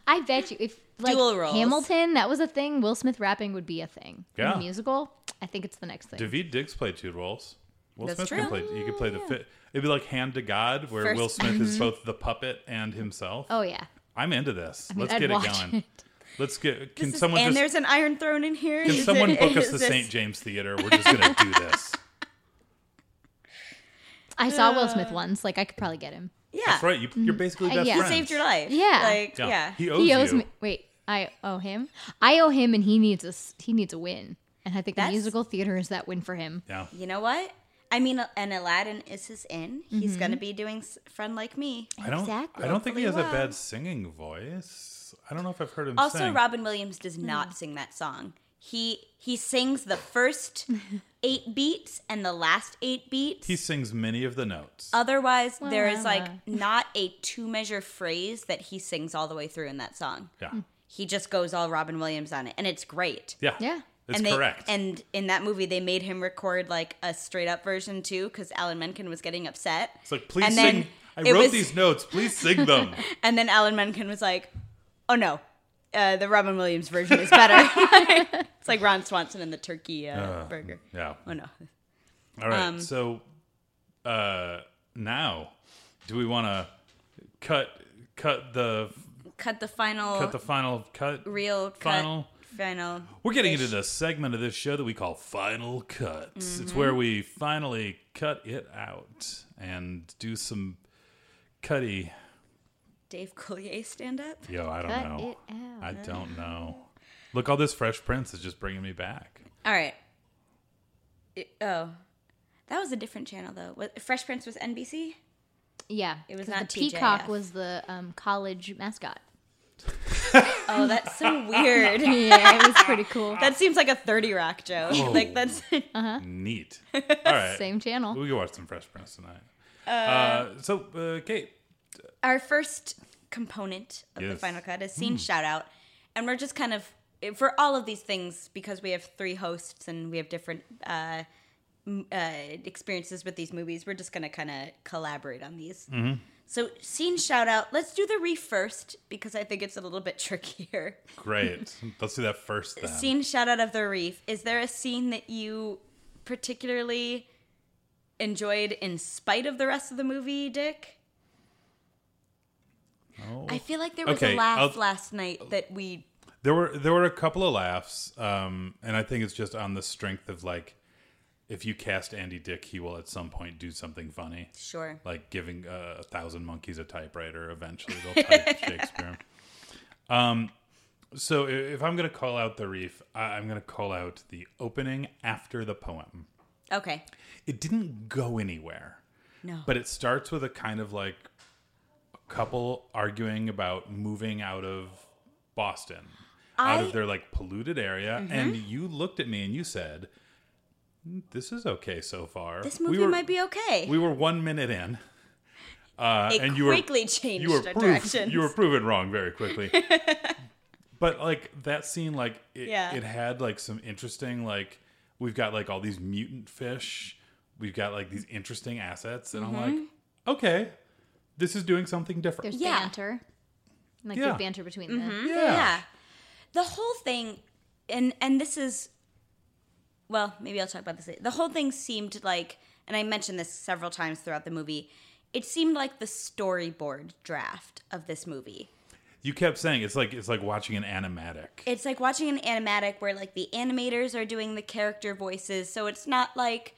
I bet you if like
Dual roles.
Hamilton, that was a thing. Will Smith rapping would be a thing. In
Yeah.
the musical, I think it's the next thing.
David Diggs played two roles. Will
That's
Smith
true.
can play. You could
Oh,
play the fit. It'd be like Hand to God, where
First-
Will Smith is both the puppet and himself.
Mm-hmm. oh yeah.
I'm into this.
I mean,
Let's
I'd
get it
watch
going.
it.
Let's get. Can
This is-
someone
and
just?
there's an Iron Throne in here.
Can
Is
someone
it-
book us
is
the
this-
St. James Theater? We're just gonna do this.
I saw Will
Uh.
Smith once. Like I could probably get him.
Yeah.
That's right. You, you're basically
Uh,
best
yeah.
friends.
You
Saved your life.
Yeah.
Like,
Yeah.
yeah.
He owes,
He owes
you.
me. Wait, I owe him. I owe him, and he needs a s- he needs a win. And I think
That's-
the musical theater is that win for him.
Yeah.
You know what? I mean, and Aladdin is his in. He's going to
Mm-hmm.
be doing s- Friend Like Me.
I don't.
Exactly.
I don't think he has
Hopefully
a
well.
bad singing voice. I don't know if I've heard him
Also,
sing.
Robin Williams does not sing that song. He he sings the first eight beats and the last eight beats.
he sings many of the notes.
Otherwise, there
la,
is like
la.
not a two measure phrase that he sings all the way through in that song.
yeah.
He just goes all Robin Williams on it, and it's great.
Yeah.
Yeah.
It's
and they,
correct.
And in that movie, they made him record like a straight up version too, because Alan Menken was getting upset.
it's like please
and
sing.
then
I
it
wrote
was-
these notes. Please sing them.
And then Alan Menken was like, "Oh no, uh, the Robin Williams version is better." it's like Ron Swanson and the turkey uh, burger.
yeah.
Oh no,
All right.
Um,
so uh, now, do we want to cut cut the
cut the final
cut the final cut
real
final
cut final.
We're getting into the segment of this show that we call Final Cuts.
Mm-hmm.
It's where we finally cut it out and do some cutty.
Dave Collier stand up.
Yo, I don't
Cut
know.
it out.
I don't know. Look, all this Fresh Prince is just bringing me back.
All right. It- oh, that was a different channel though. Wa- Fresh Prince was NBC.
Yeah,
It was
'cause
not
the peacock
TJF.
was the um, college mascot.
Oh, that's so weird.
Yeah, it was pretty cool.
That seems like a Thirty Rock joke.
Oh.
Like that's
Neat. All right.
Uh. Same channel.
We can watch some Fresh Prince tonight. Uh, so, uh, Kate,
our first component of the
Yes.
final cut is scene shout out, and we're just kind of for all of these things because we have three hosts and we have different uh, m- uh, experiences with these movies. We're just gonna kind of collaborate on these. So scene shout out. Let's do the reef first because I think it's a little bit trickier.
great. Let's do that first then.
Scene shout out of the reef. Is there a scene that you particularly enjoyed in spite of the rest of the movie, Dick?
Oh.
I feel like there was
Okay,
a laugh
I'll-
last night that we.
There were there were a couple of laughs, um, and I think it's just on the strength of like, if you cast Andy Dick, he will at some point do something funny,
Sure.
like giving uh, a thousand monkeys a typewriter. Eventually, they'll type Shakespeare. Um, so i- if I'm gonna call out the reef, I- I'm gonna call out the opening after the poem.
Okay.
It didn't go anywhere.
No.
But it starts with a kind of like a couple arguing about moving out of Boston, out
I- Mm-hmm.
of their like polluted area. And you looked at me and you said, This is okay so far.
this movie
we were,
might be okay.
We were one minute in. Uh,
it
and you were
quickly changed
you were
our
proof,
directions.
you were proven wrong very quickly but like that scene like it,
Yeah.
it had like some interesting like we've got like all these mutant fish we've got like these interesting assets and
Mm-hmm.
i'm like okay this is doing something different
There's
Yeah. Mm-hmm.
banter, like
Yeah.
the banter between the.
yeah.
yeah. The whole thing, and and this is, well, maybe I'll talk about this. Later. The whole thing seemed like, and I mentioned this several times throughout the movie. It seemed like the storyboard draft of this movie.
you kept saying it's like it's like watching an animatic
it's like watching an animatic where like the animators are doing the character voices so it's not like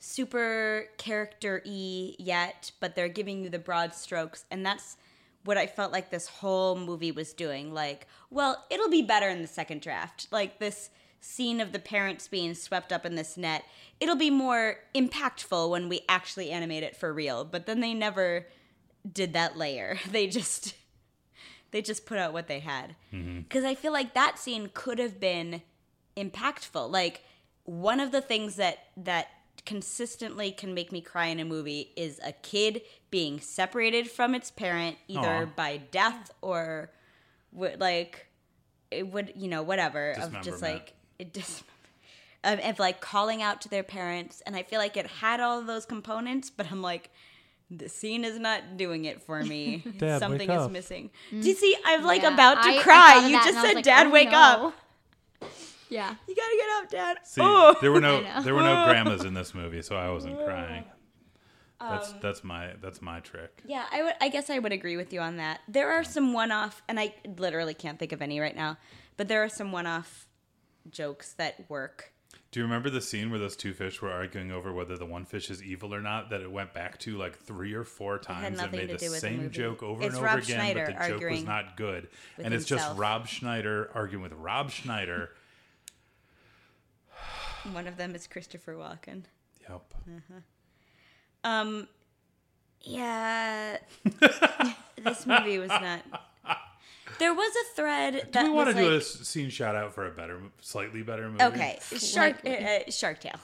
super character y yet but they're giving you the broad strokes and that's what i felt like this whole movie was doing like well it'll be better in the second draft like this scene of the parents being swept up in this net it'll be more impactful when we actually animate it for real but then they never did that layer they just they just put out what they had
Mm-hmm.
because I feel like that scene could have been impactful. Like one of the things that that consistently can make me cry in a movie is a kid being separated from its parent either
Aw.
by death or w- like it would you know whatever of just
Dismemberment.
like it just of, of like calling out to their parents and I feel like it had all of those components but I'm like the scene is not doing it for me.
Dad,
Something
wake
is
up.
missing. Do you see? I'm like
Yeah,
about to
I- I thought
cry.
of
you
that and
just
I was
said,
like,
"Dad,
oh,
wake
no."
up."
Yeah,
You gotta get up, Dad.
See,
oh,
there were
I
no
know.
there were no grandmas in this movie, so I wasn't crying.
Um,
That's that's my that's my trick.
yeah. I would. I guess I would agree with you on that. There are some one-off, and I literally can't think of any right now. But there are some one-off jokes that work.
Do you remember the scene where those two fish were arguing over whether the one fish is evil or not? That it went back to like three or four times and
nothing
made
to
the
do with the
same
movie.
joke over
It's
and over
Rob
again,
Schneider
but the joke was
arguing
not good.
with
And it's just
himself.
Rob Schneider arguing with Rob Schneider.
One of them is Christopher Walken. Um,
yep.
Yeah, this movie was not. There was a thread that
Do we
was
want to do a
like,
s- scene shout out for a better, slightly better movie?
okay, Shark uh, uh, Shark Tale.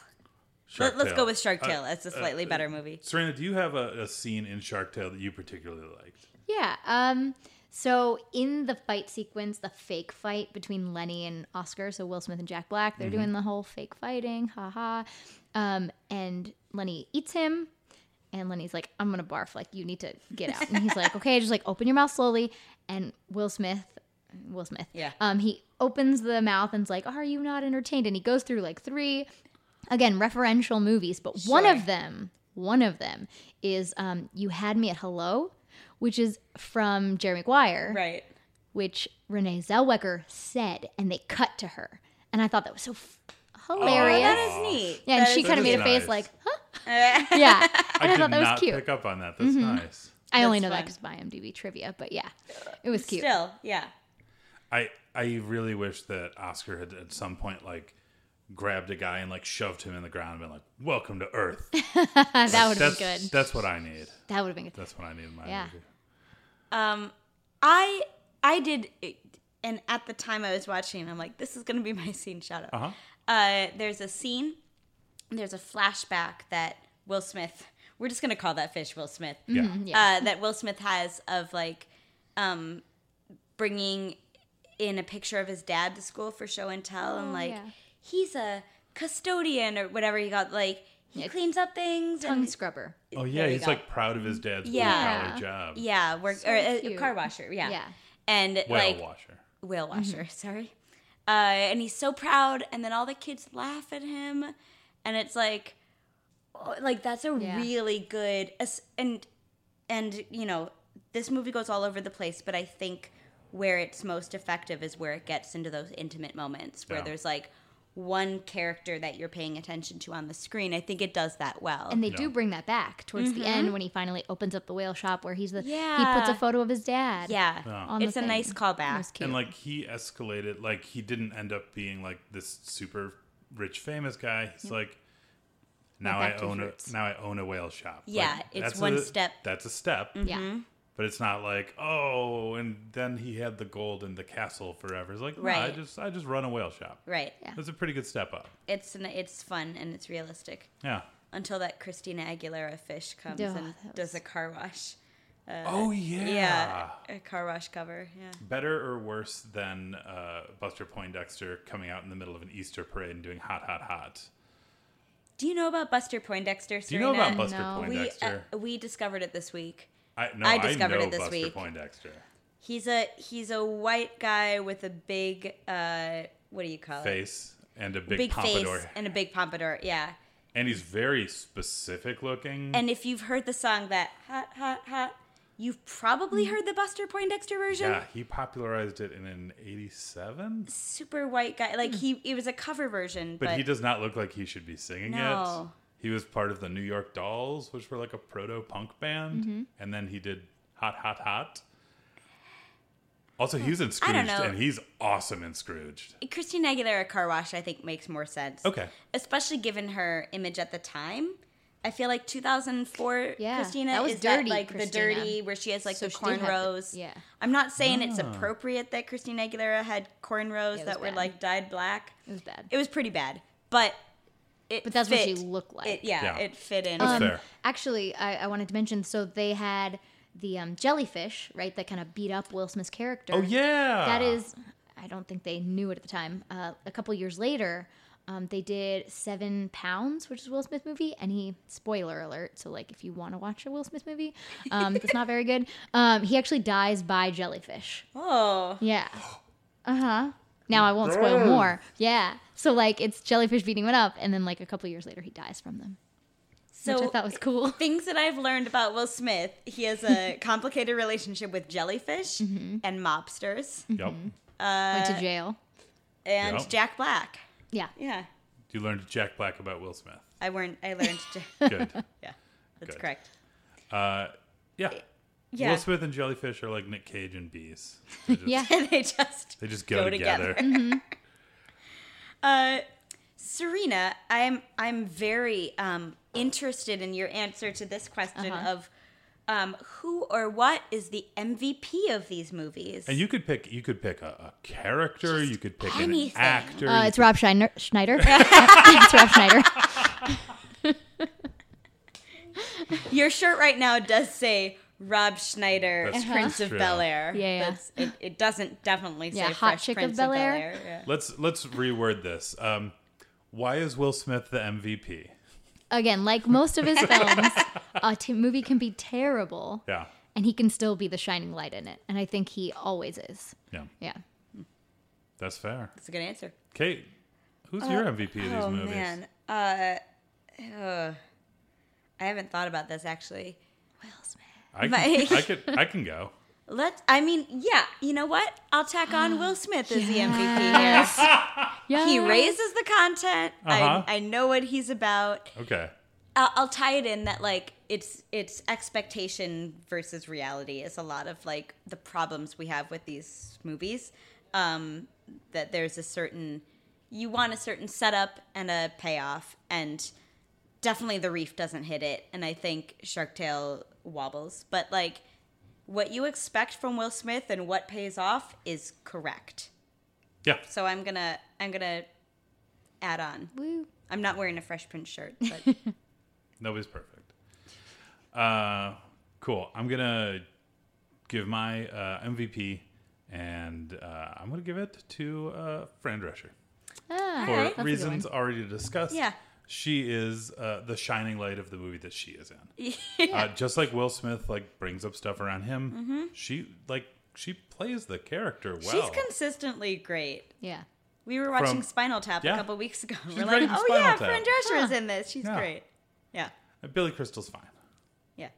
Shark
Let, us
Tale.
go with Shark
Uh,
Tale. That's a slightly better movie.
Serena, do you have a, a scene in Shark Tale that you particularly liked?
yeah. Um, so in the fight sequence, the fake fight between Lenny and Oscar, so Will Smith and Jack Black, they're doing the whole fake fighting, haha. Um, and Lenny eats him, and Lenny's like, "I'm gonna barf. Like, you need to get out." And he's like, "Okay, just like open your mouth slowly." And Will Smith, Will Smith,
Yeah.
Um, he opens the mouth and's like, "Are you not entertained?" And he goes through like three again referential movies but one of them one of them is um, you had me at hello which is from jerry maguire
Right.
which Renee Zellweger said, and they cut to her. And I thought that was so f- hilarious.
Oh, That is neat.
yeah, and
That
she
is
kind of made a
nice.
face like, huh? yeah. And I,
did
thought that
not
was cute. Mm-hmm.
pick up on that. That's nice.
I only know
That's
that
fun.
because my IMDb trivia, but yeah, it was cute.
Still, yeah.
I I really wish that Oscar had at some point like grabbed a guy and like shoved him in the ground and been like, "Welcome to Earth."
that would have been
That's-
good.
That's what I need.
That would have been good.
That's what I need in my
Yeah.
movie.
Um, I I did, and at the time I was watching, I'm like, this is gonna be my scene. Shut up.
Uh-huh.
Uh, there's a scene. There's a flashback that Will Smith. We're just gonna call that fish Will Smith.
Yeah.
Uh, that Will Smith has of like um, bringing in a picture of his dad to school for show and tell, and
Oh,
like
yeah.
he's a custodian or whatever he got. Like he
Yeah.
cleans up things
Tongue
and
scrubber.
Oh
There
yeah,
you
he's
go.
like proud of his dad's
Yeah.
blue collar job.
yeah, work
So
or a,
cute.
car washer. Yeah,
Yeah.
and
Whale
like
washer.
whale
Mm-hmm.
washer. Sorry. Uh, and he's so proud, and then all the kids laugh at him, and it's like, oh, like that's a
Yeah.
really good as- and and you know this movie goes all over the place, but I think where it's most effective is where it gets into those intimate moments where
Yeah.
there's like one character that you're paying attention to on the screen. I think it does that well.
And they
Yeah.
do bring that back towards the end when he finally opens up the whale shop where he's the he puts
Mm-hmm. Yeah.
a photo of his dad.
yeah,
on the
it's a
thing.
nice
It
callback.
was cute.
And like he escalated, like he didn't end up being like this super rich famous guy. He's like, now
back
I
to his
own a
roots."
now I own a whale shop. Like,
Yeah, it's
that's
one
a-
step.
That's a step,
yeah.
Mm-hmm.
but it's not like oh, and then he had the gold and the castle forever. It's like right. I
Right.
just I just run a whale shop.
Right.
Yeah.
That's a pretty good step up.
It's an, it's fun and it's realistic.
Yeah.
until that Christina Aguilera fish comes
Yeah,
and
that
does a car wash.
oh yeah.
Yeah,
Ah.
a car wash cover. Yeah.
Better or worse than uh, Buster Poindexter coming out in the middle of an Easter parade and doing hot, hot, hot.
Do you know about Buster Poindexter?
Do you know about
Serena?
Buster
No. We,
We
Poindexter?
uh, we discovered it this week.
I, no,
I
I
discovered
know
it this
Buster
week.
Poindexter.
He's a he's a white guy with a big uh what do you call it?
Face and a big,
Big
pompadour.
face and a big pompadour. Yeah.
And he's very specific looking.
And if you've heard the song that hot hot hot, you've probably heard the Buster Poindexter version.
yeah, he popularized it in an 87?
Super white guy. Like he it was a cover version,
But,
but,
he does not look like he should be singing
No.
it. He was part of the New York Dolls, which were like a proto punk band.
Mm-hmm.
And then he did Hot, Hot, Hot. Also, he's in
I
Scrooged,
don't know.
and he's awesome in Scrooged.
Christina Aguilera car wash I think makes more sense.
Okay.
especially given her image at the time. I feel like 2004
Yeah,
Christina
that was
is
dirty
that like
Christina.
the dirty where she has like
So
the
she did have the-
cornrows.
yeah.
I'm not saying it's appropriate that Christina Aguilera had cornrows
Yeah, it was
that were
bad.
like dyed black.
It was bad.
It was pretty bad, but it
but that's
fit.
what she looked like.
It, yeah,
Yeah.
it fit in.
That's
Um,
fair.
Actually, I, I wanted to mention so they had the um, jellyfish, right? That kind of beat up Will Smith's character.
Oh, yeah.
That is, I don't think they knew it at the time. Uh, a couple years later, um, they did Seven Pounds, which is a Will Smith movie, and he spoiler alert. So like, if you want to watch a Will Smith movie, um, that's not very good. Um, he actually dies by jellyfish.
oh,
Yeah. Uh huh. Now I won't spoil more. Yeah. So like, it's jellyfish beating it up, and then like a couple years later, he dies from them,
so
which I thought was cool.
things that I've learned about Will Smith: he has a complicated relationship with jellyfish
Mm-hmm.
and mobsters
Yep.
uh,
Went to jail.
and
Yep.
Jack Black.
Yeah.
Yeah,
You learned Jack Black about Will Smith.
I weren't. I learned. Jack-
Good.
yeah, that's
Good.
correct.
Yeah.
Yeah.
Will Smith and Jellyfish are like Nick Cage and bees. They just-
Yeah.
they just
They just go, together.
Uh, Serena, I'm I'm very um, interested in your answer to this question
Uh-huh.
of um, who or what is the MVP of these movies?
And you could pick you could pick a, a character, you could pick
anything.
an actor.
Uh,
you
it's
could-
Rob Schneider. Schneider. it's Rob Schneider.
your shirt right now does say Rob Schneider,
That's
Prince of
true.
Bel Air.
Uh-huh. Yeah, yeah.
it, it doesn't definitely say
Yeah, hot
Fresh
chick of
Prince
Bel-Air.
yeah.
let's let's reword this. Um, why is Will Smith the MVP?
Again, like most of his films, a t- movie can be terrible,
Yeah.
and he can still be the shining light in it. And I think he always is.
Yeah.
Yeah.
That's fair.
That's a good answer.
Kate, who's your MVP of these
oh
movies?
man, uh, ugh. I haven't thought about this actually.
Will Smith.
I can,
My-
I could I can go.
Let I mean, yeah, you know what? I'll tack on Will Smith as the MVP here.
Yeah.
He raises the content.
Uh-huh.
I, I know what he's about.
Okay.
I'll, I'll tie it in that like it's it's expectation versus reality is a lot of like the problems we have with these movies. Um, that there's a certain you want a certain setup and a payoff, and definitely the reef doesn't hit it, and I think Shark Tale wobbles. But like what you expect from Will Smith and what pays off is correct.
Yeah.
So I'm gonna I'm gonna add on.
Woo.
I'm not wearing a Fresh Prince shirt, but
Nobody's perfect. Uh, cool. I'm gonna give my uh, MVP, and uh, I'm gonna give it to uh, Fran Drescher
Ah,
for
right.
that's a good
reasons
one.
already discussed.
Yeah.
She is uh, the shining light of the movie that she is in. Uh, just like Will Smith, like brings up stuff around him. She like she plays the character well.
Mm-hmm. she's consistently great.
Yeah.
We were watching
From-
Spinal Tap
yeah.
a couple weeks ago.
She's
we're
great
like,
in
oh
Spinal
yeah,
Tap."
Fran Drescher is
Huh.
in this. She's
Yeah.
great. Yeah,
Uh, Billy Crystal's fine.
yeah.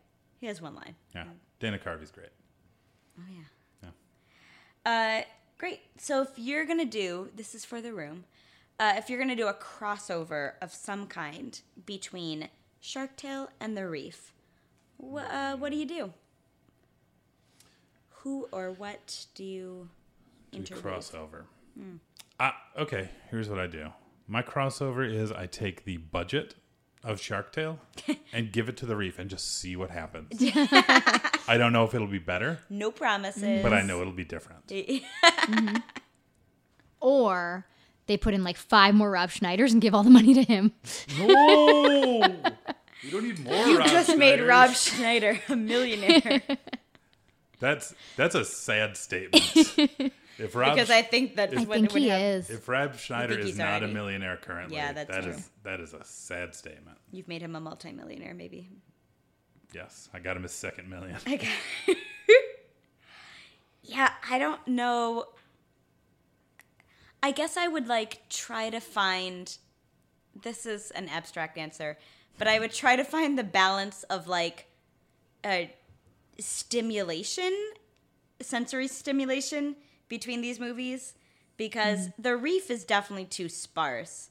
He has one line.
Yeah. Dana Carvey's great.
Oh yeah.
Yeah.
Uh, great. So if you're gonna do this is for the room, uh, if you're gonna do a crossover of some kind between Shark Tale and The Reef, wh- uh, what do you do? Who or what do you
Do
interweave?
crossover.
Mm.
Ah, okay, here's what I do. My crossover is I take the budget of Shark Tale and give it to the reef and just see what happens. I don't know if it'll be better,
No promises.
but I know it'll be different.
Or they put in like five more Rob Schneiders and give all the money to him.
No, we don't need more.
you just made Rob Schneider a millionaire
That's that's a sad statement. if Rob,
because I think that's
I
what
think
it would
he
have.
is.
if Rob Schneider
think
is
he's
not a
already-
millionaire currently,
Yeah, that's
that
true.
is- that is a sad statement.
You've made him a multimillionaire, maybe.
Yes, I got him a second million.
Yeah, I don't know. I guess I would like try to find this is an abstract answer, but I would try to find the balance of like uh, stimulation, sensory stimulation between these movies because The Reef is definitely too sparse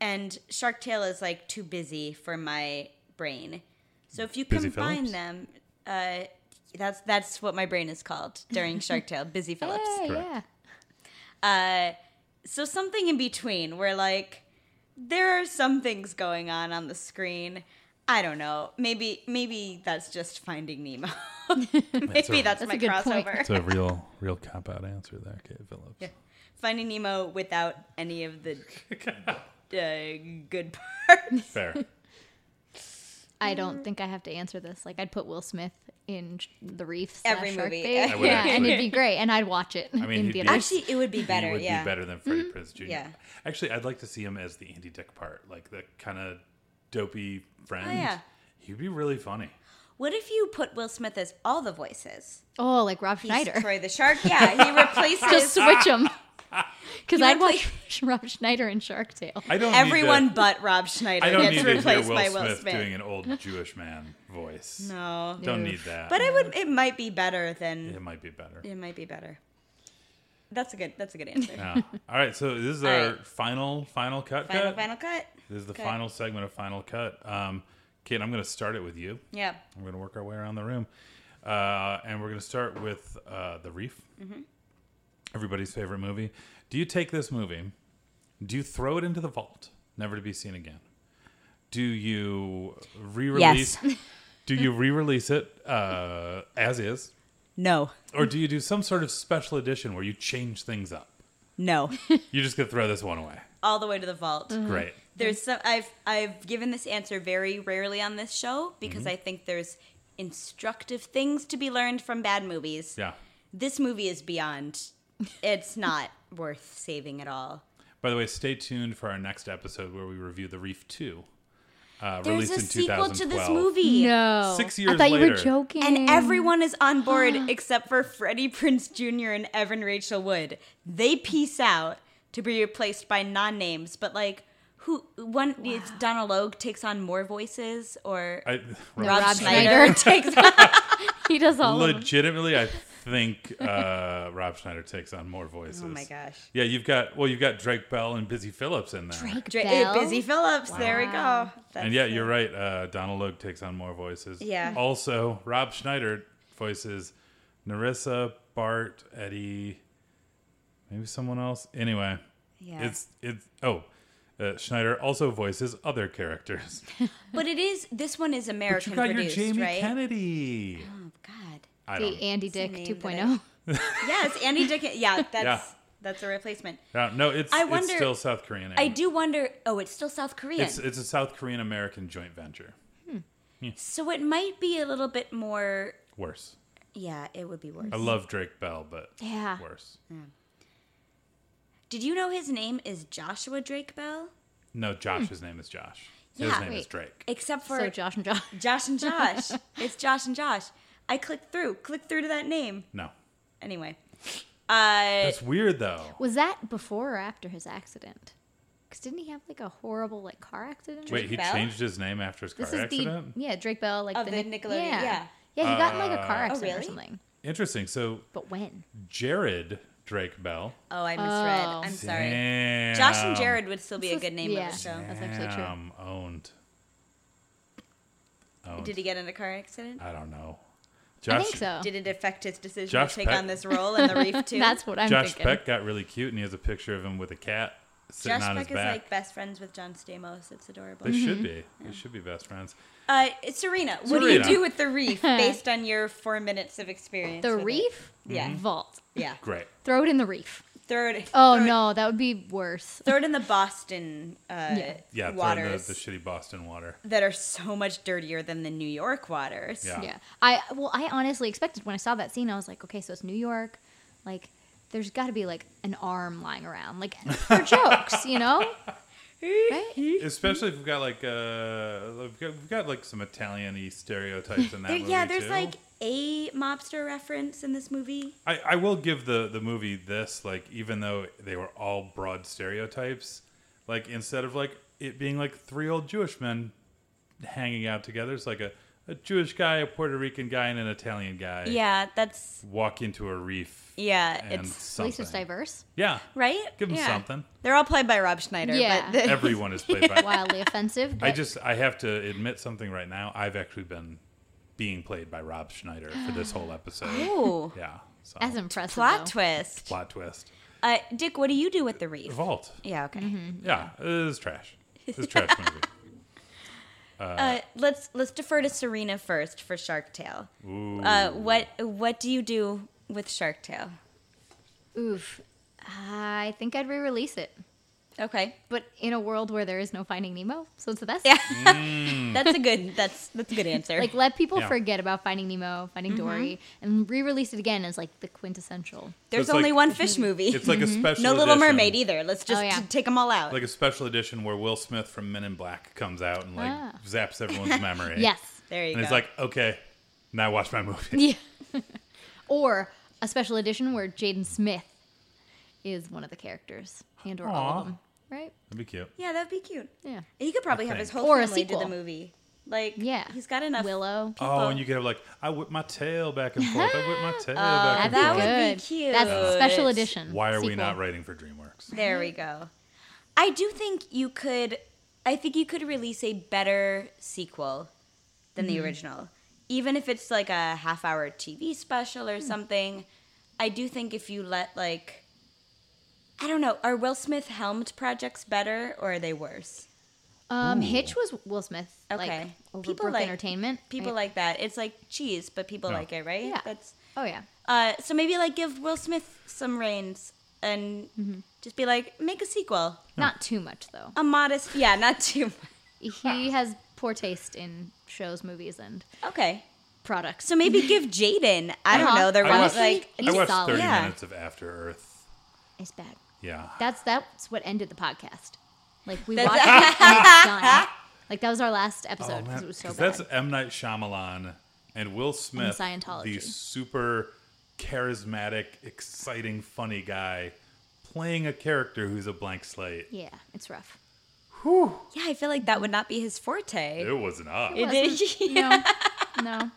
and Shark Tale is like too busy for my brain. So if you
Busy
combine
Phillips?
them, uh, that's that's what my brain is called during Shark Tale, Busy Phillips
Hey,
Correct.
yeah.
uh, so something in between where like there are some things going on on the screen i don't know maybe maybe that's just finding nemo maybe that's,
a-
a
my
good point.
crossover
It's a real, real cop out answer there, Kate Phillips.
finding nemo without any of the uh, good parts
Fair.
I don't think I have to answer this. Like, I'd put Will Smith in sh- The Reef.
Every
slash Shark
movie.
Bait.
I
would
Yeah, and
actually.
it'd be great. And I'd watch it
mean,
in
he'd be-
theaters.
actually it would be better
he would
yeah Mm-hmm.
be better than Freddie Prinze Jr.
Yeah.
Actually, I'd like to see him as the Andy Dick part, like the kind of dopey friend.
Oh, yeah.
He'd be really funny.
what if you put will smith as all the voices
oh, like Rob Schneider.
troy the shark yeah he
Just
replaces
switch them. Because
You
I'd
would
watch Rob Schneider in Shark Tale.
I don't.
everyone
Need to,
but rob schneider
I don't
gets
need to hear
replaced
Will,
by
Smith,
will smith
doing an old Jewish man voice.
no
Don't
No.
need
Oh.
that.
But I would. It might be better than.
it might be better.
It might be better. That's a good. That's a good answer.
Yeah. All right. So this is
All
our
right.
final, final cut.
Final,
cut.
final cut.
This is the
cut.
final segment of Final Cut. Um, Kate, I'm going to start it with you.
Yeah.
We're going to work our way around the room. Uh, and we're going to start with uh, The Reef,
Mm-hmm.
everybody's favorite movie. Do you take this movie? Do you throw it into the vault, never to be seen again? Do you re release? Do you re release it uh, as is?
No.
Or do you do some sort of special edition where you change things up?
No. Uh-huh.
You're just going to throw this one away.
All the way to the vault.
Great.
There's some. I've I've given this answer very rarely on this show because
Mm-hmm.
I think there's instructive things to be learned from bad movies.
Yeah.
This movie is beyond. It's not worth saving at all.
By the way, stay tuned for our next episode where we review The Reef 2, uh,
There's
released
a
in
sequel
2012.
to this movie.
No.
Six
I
years
thought you were
later.
joking.
And everyone is on board except for Freddie Prince Jr. and Evan Rachel Wood. They peace out to be replaced by non-names, but like who one it's Donald Logue takes on more voices or
I,
Rob,
Rob
Schneider,
Schneider.
takes on
He does all of them.
legitimately, I think uh, Rob Schneider takes on more voices.
Oh my gosh.
Yeah, you've got well, you've got Drake Bell and Busy Phillips in there.
Drake
Dra-
Bell.
Busy Phillips. There we go.
Wow.
and yeah, you're right. Uh, Donald Logue takes on more voices.
Yeah.
Also, Rob Schneider voices Narissa, Bart, Eddie, maybe someone else. Anyway,
Yeah.
it's it's oh, uh, Schneider also voices other characters.
But it is this one is American
you got your
produced,
Jamie
right?
Kennedy.
Oh God.
I don't.
Um, The Andy
the
Dick oh.
name
2.0.
Yes, Andy Dick. Yeah, that's
Yeah.
that's a replacement.
Yeah, Uh, no, it's
I
it's
wonder-
still South Korean.
I
anime.
do wonder. Oh, it's still South Korean,
It's it's a South Korean American joint venture.
so it might be a little bit more.
Worse.
Yeah, it would be worse.
I love Drake Bell, but
Yeah.
worse.
Did you know his name is Joshua Drake Bell?
No, Josh's name is Josh. His
Yeah.
name is
Wait.
Drake.
Except for
So Josh and Josh.
Josh and Josh. it's Josh and Josh. I clicked through. Clicked through to that name.
No.
Anyway. Uh,
That's weird though.
Was that before or after his accident? Because didn't he have like a horrible like car accident? or
Wait, he
Bell?
changed his name after his car
This is
accident?
the yeah Drake Bell like
Of the
Nic-
Nickelodeon, yeah. Oh,
yeah Yeah, he got in like a car
Uh,
accident
really?
or something.
Interesting. So
But when?
Jared Drake Bell.
oh, I misread.
Oh.
I'm sorry.
Damn.
Josh and Jared would still be a
This is-
good name
yeah.
of the show.
That's actually true.
Damn, owned. Owned.
Did he get in a car accident?
I don't know. Josh,
I think so.
Did it affect his decision
Josh
to take
Peck-
on this role in the Reef too?
That's what I'm
Josh
thinking.
Peck got really cute, and he has a picture of him with a cat sitting
Josh
on
Peck
his
is
back.
like best friends with John Stamos. It's adorable.
They should be. They should be best friends.
Uh, Serena, what do you
Serena.
do with the Reef based on your four minutes of experience?
The
with it?
reef?
Yeah.
Mm-hmm.
Vault.
Yeah.
Great.
Throw it in the reef.
Throw it.
Oh
throw it-
no, that would be worse.
Throw it in the Boston uh,
Yeah, throw in the,
waters
the shitty Boston water.
that are so much dirtier than the New York waters.
Yeah.
Yeah. I well, I honestly expected when I saw that scene, I was like, okay, so it's New York, like. There's got to be like an arm lying around, like for jokes, you know? Right?
Especially if we've got like uh, we've got, we've got like some Italian-y stereotypes in that
There-
movie
yeah, there's
too.
like a mobster reference in this movie.
I, I will give the the movie this like even though they were all broad stereotypes, like instead of like it being like three old Jewish men hanging out together, it's like a, a Jewish guy, a Puerto Rican guy, and an Italian guy
Yeah, that's
walk into a reef.
yeah.
and
it's
something.
At least it's diverse.
Yeah,
right.
give them
Yeah.
something.
They're all played by Rob Schneider.
Yeah.
But
Everyone is played by
Wildly offensive.
I
but-
just I have to admit something right now. I've actually been being played by Rob Schneider for this whole episode.
Ooh,
Yeah. So
That's impressive.
plot
though.
twist.
plot twist.
Uh, Dick, what do you do with the reef?
Vault.
Yeah. Okay.
Yeah, it is trash. It's a trash movie.
Uh, let's let's defer to Serena first for Shark Tale.
Ooh.
Uh, what what do you do with Shark Tale?
Oof. I think I'd re release it.
Okay,
But in a world where there is no Finding Nemo. So it's the best.
Yeah.
Mm.
that's a good that's that's a good answer.
Like, let people
Yeah.
forget about Finding Nemo, Finding
Mm-hmm.
Dory, and re release it again as like the quintessential.
There's
it's like-
only one fish movie.
it's like a
Mm-hmm.
special
no Little
edition,
Mermaid either. Let's just
Oh, yeah.
t- take them all out.
Like a special edition where Will Smith from Men in Black comes out and like
Ah.
zaps everyone's memory.
Yes.
there you
And
go.
he's like, okay, now watch my movie.
Yeah. or a special edition where Jaden Smith is one of the characters and or all
Aw.
of them. Right?
That'd be cute.
yeah, that'd be cute.
Yeah.
He could probably have his
think.
whole
Or a
family do the
sequel.
movie. Like,
Yeah.
he's got enough.
Willow.
Oh, and you could have like, I whip my tail back and forth. I whip my tail back and
That'd
Oh, that
forth.
would be
good.
cute.
That's a special
Yeah.
edition.
Why are we
sequel.
not writing for DreamWorks?
There we go. I do think you could. I think you could release a better sequel than
Mm-hmm.
the original, even if it's like a half-hour TV special
Hmm.
or something. I do think if you let like, I don't know, are Will Smith helmed projects better or are they worse?
Um, Hitch was Will Smith. Like,
Okay.
over
People
Brook
like-
Entertainment.
People
right?
like that. It's like cheese, but people
No.
like it, right?
Yeah.
That's
Oh, yeah.
uh, so maybe like give Will Smith some reins and
Mm-hmm.
just be like, make a sequel,
Not too much, though.
a modest, yeah, not too. much.
He has poor taste in shows, movies, and
Okay.
products.
So maybe give Jaden, I don't
Uh-huh.
know, the
I
rest.
watched-
Like,
I
He's
watched
solid.
30
Yeah.
minutes of After Earth.
It's bad.
Yeah.
That's that's what ended the podcast. Like we watched it and it's done. Like that was our last episode because it was so
Oh, 'Cause
bad.
that's M Night Shyamalan and Will Smith,
Scientology.
the super charismatic, exciting, funny guy, playing a character who's a blank slate.
yeah, it's rough.
yeah, I feel like that would not be his forte.
It was not.
It did.
No, no.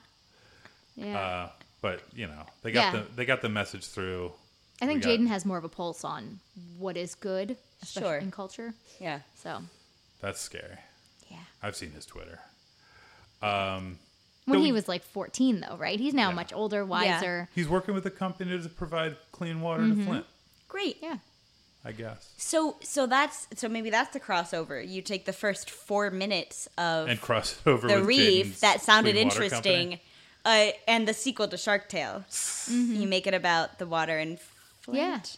Yeah.
Uh, But you know, they got
Yeah.
the they got the message through.
I think
We got-
Jaden has more of a pulse on what is good, especially
Sure.
in culture.
Yeah.
So,
That's scary.
yeah.
I've seen his Twitter.
When
Don't-
he was like 14, though, right? He's now
Yeah.
much older, wiser.
He's working with a company to provide clean water to Flint.
Great.
Yeah.
I guess.
So so that's so maybe that's the crossover. You take the first four minutes of
And cross it over
the
with
reef
Jaden's
that sounded
clean water company.
interesting, uh, and the sequel to Shark Tale. You make it about the water and Flint.
Mm-hmm. Yeah.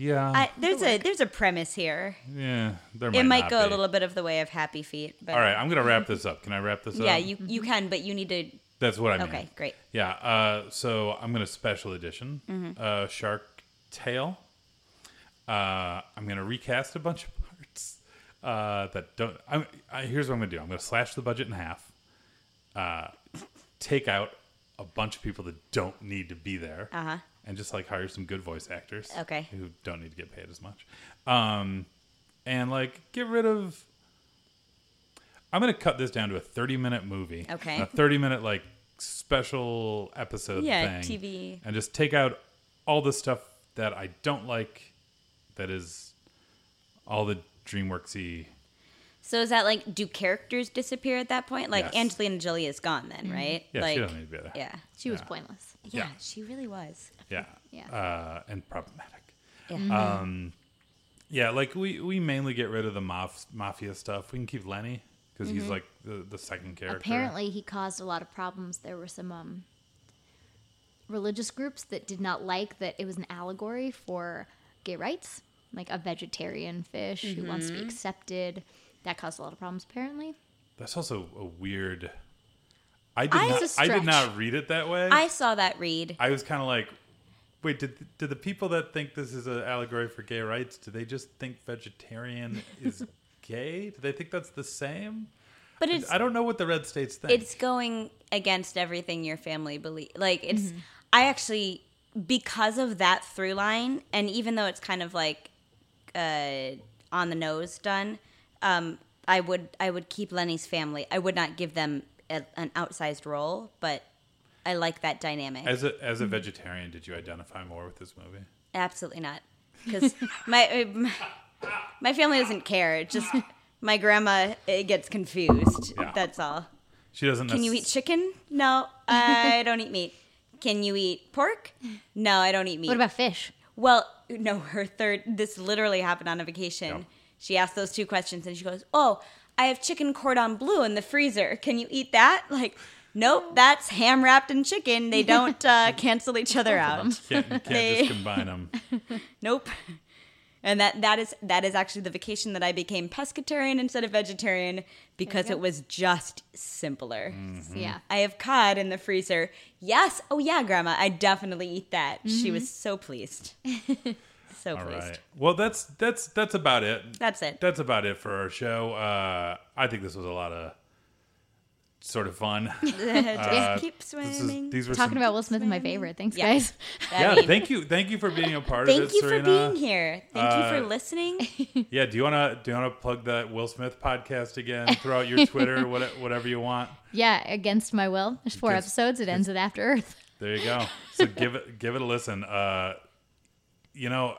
Yeah,
I, there's a there's a premise here.
yeah. There
it might
not
go a
be.
little bit of the way of Happy Feet, but
All right, I'm gonna wrap this up. Can I wrap this up?
yeah, you you
Mm-hmm.
can, but you need to.
That's what I mean.
Okay, great.
Yeah. Uh, so I'm gonna special edition
Mm-hmm.
uh, Shark Tale. Uh, I'm gonna recast a bunch of parts uh, that don't. I'm, I, here's what I'm gonna do. I'm gonna slash the budget in half. Uh, take out a bunch of people that don't need to be there.
Uh-huh.
And just like hire some good voice actors.
Okay.
Who don't need to get paid as much. Um, and like get rid of I'm gonna cut this down to a 30 minute movie.
Okay.
A 30 minute like special episode
Yeah,
thing.
TV.
And just take out all the stuff that I don't like that is all the DreamWorksy
So is that like do characters disappear at that point? Like
Yes.
Angelina Jolie is gone then, right?
Yeah,
like
she doesn't need to be there.
yeah.
She was
Yeah.
pointless.
yeah,
Yeah.
she really was.
Yeah.
Yeah.
Uh, and problematic.
Yeah.
Um, yeah, like we we mainly get rid of the maf- mafia stuff. We can keep Lenny because he's
Mm-hmm.
like the, the second character.
Apparently, he caused a lot of problems. There were some um, religious groups that did not like that it was an allegory for gay rights, like a vegetarian fish who wants
Mm-hmm.
to be accepted. That caused a lot of problems, apparently.
that's also a weird. I did
I-
not.
It's a
I did
stretch.
not read it that way.
I saw that read.
I was kind of like, wait, did did the people that think this is an allegory for gay rights, do they just think vegetarian is gay? Do they think that's the same?
But it's
I don't know what the red states think.
it's going against everything your family believe. Like it's I actually because of that through line and even though it's kind of like uh on the nose done, um I would I would keep Lenny's family. I would not give them a, an outsized role, but I like that dynamic.
as a as a
Mm-hmm.
vegetarian, did you identify more with this movie?
Absolutely not. Because my, my my family doesn't care. It's just my grandma it gets confused.
Yeah.
That's all.
She doesn't.
Can you eat chicken? No, I don't eat meat. Can you eat pork? No, I don't eat meat.
What about fish?
well, no, her third. This literally happened on a vacation.
Yeah.
She asked those two questions, and she goes, "Oh, I have chicken cordon bleu in the freezer. Can you eat that?" Like, nope, that's ham wrapped in chicken. They don't uh, cancel each other out.
Can't, you can't
They-
just combine them.
Nope. And that that is that is actually the vacation that I became pescatarian instead of vegetarian because
go.
it was just simpler.
Mm.
Yeah.
I have cod in the freezer. Yes. Oh yeah, grandma, I definitely eat that. She was so pleased. so
Mm-hmm. All
pleased.
right. Well, that's that's that's about it.
That's it.
That's about it for our show. Uh, I think this was a lot of sort of fun.
Just
Uh,
keep
This is-
swimming.
these were
Talking
some-
about Will Smith is my favorite. Thanks,
Yeah.
guys.
I
Yeah,
mean,
thank you, thank you for being a part of
thank
it,
you
Serena.
for being here. Thank you for
Uh,
listening.
Yeah, do you wanna do you wanna plug that Will Smith podcast again? Throw out your Twitter, what, whatever you want.
Yeah, Against My Will. There's four
Against-
episodes. It ends with After Earth.
There you go. So give it give it a listen. Uh, you know,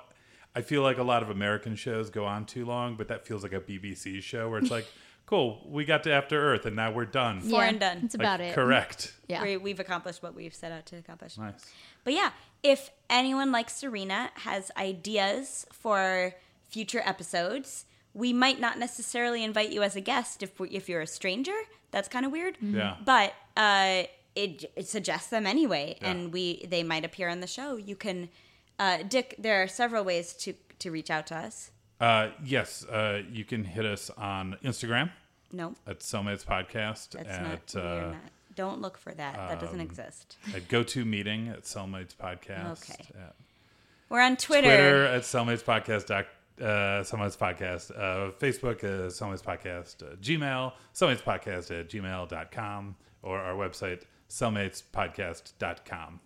I feel like a lot of American shows go on too long, but that feels like a BBC show where it's like, cool, we got to After Earth and now we're done.
Four
Yeah,
and done.
That's
Like,
about it.
Correct.
Yeah.
We, we've accomplished what we've set out to accomplish.
Nice.
But yeah, if anyone like Serena has ideas for future episodes, we might not necessarily invite you as a guest if we, if you're a stranger. That's kind of weird.
Mm-hmm. Yeah.
But uh, it, it suggests them anyway,
Yeah.
and we they might appear on the show. You can, uh, Dick. There are several ways to to reach out to us.
Uh, yes, uh, you can hit us on Instagram
No,
at Cellmates Podcast
that's
at
not.
uh, um,
you're not. Don't look for that. that doesn't exist.
at Go To Meeting at Cellmates Podcast.
Okay.
at
We're on Twitter.
Twitter at Cellmates Podcast. Doc, uh, Cellmates Podcast. Uh, Facebook, uh, Cellmates Podcast. Uh, Gmail, Cellmates Podcast at gmail.com or our website, cellmatespodcast.com.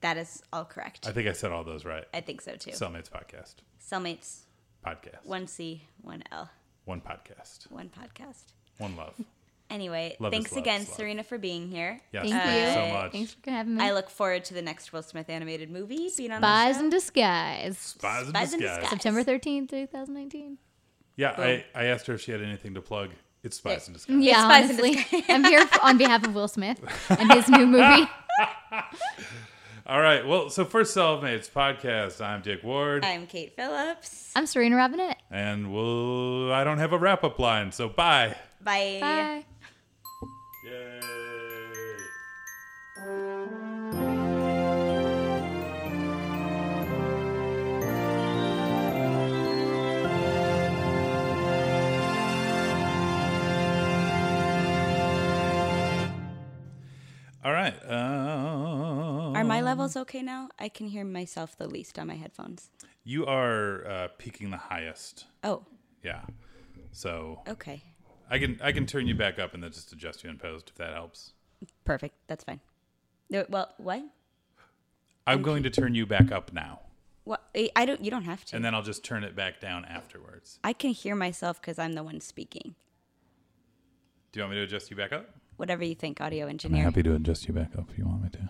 That is all correct.
I
I,
think I said all those right.
think so too.
Cellmates Podcast.
Cellmates.
Podcast.
One C, one L,
One podcast.
one podcast.
One love.
Anyway,
Love is
thanks
love
again,
is love.
Serena, for being here.
Yes,
Thank
thank
you.
you so much.
Thanks for having me.
I look forward to the next Will Smith animated movie being on the
Spies
show.
in Disguise.
Spies in
Spies in
disguise.
Disguise.
September 13th, 2019.
Yeah, I, I asked her if she had anything to plug. It's Spies in Disguise.
Yeah,
Spies in
honestly. I'm here for, on behalf of Will Smith and his new movie.
All right. Well, so first Cellmates podcast. I'm Dick Ward,
I'm Kate Phillips.
I'm Serena Robinette.
and we'll. I don't have a wrap up line, so bye.
Bye.
Bye.
Yay. All right. Um,
Are
Oh.
my levels okay now? I can hear myself the least on my headphones.
you are uh, peaking the highest.
Oh,
Yeah. So
okay.
I can I can turn you back up and then just adjust you in post if that helps.
Perfect. That's fine. No, Well, what?
I'm going to turn you back up now,
What? I I don't. You don't have to.
and then I'll just turn it back down afterwards.
I can hear myself because I'm the one speaking.
Do you want me to adjust you back up?
Whatever you think, audio engineer.
to adjust you back up if you want me to.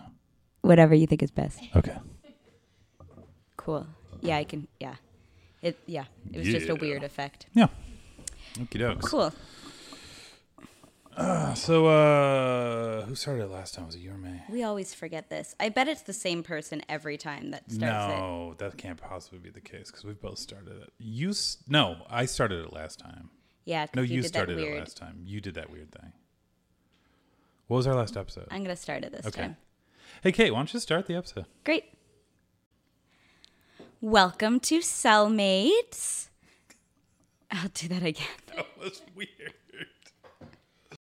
Whatever you think is best.
Okay.
Cool. Yeah, I can. Yeah. It. Yeah. It was just a
Yeah.
weird effect.
Yeah. Okie dokes.
Cool.
So, uh, who started it last time? Was it you or me?
We always forget this. I bet it's the same person every time that starts it.
No, that can't possibly be the case because we've both started it. You s- no, I started it last time.
Yeah. 'cause
No, you,
did that
started it
weird-
last time. You did that weird thing. What was our last episode?
I'm gonna start it this
okay.
time.
Hey, Kate, why don't you start the episode?
Great. Welcome to Cellmates. I'll do that again.
That was weird.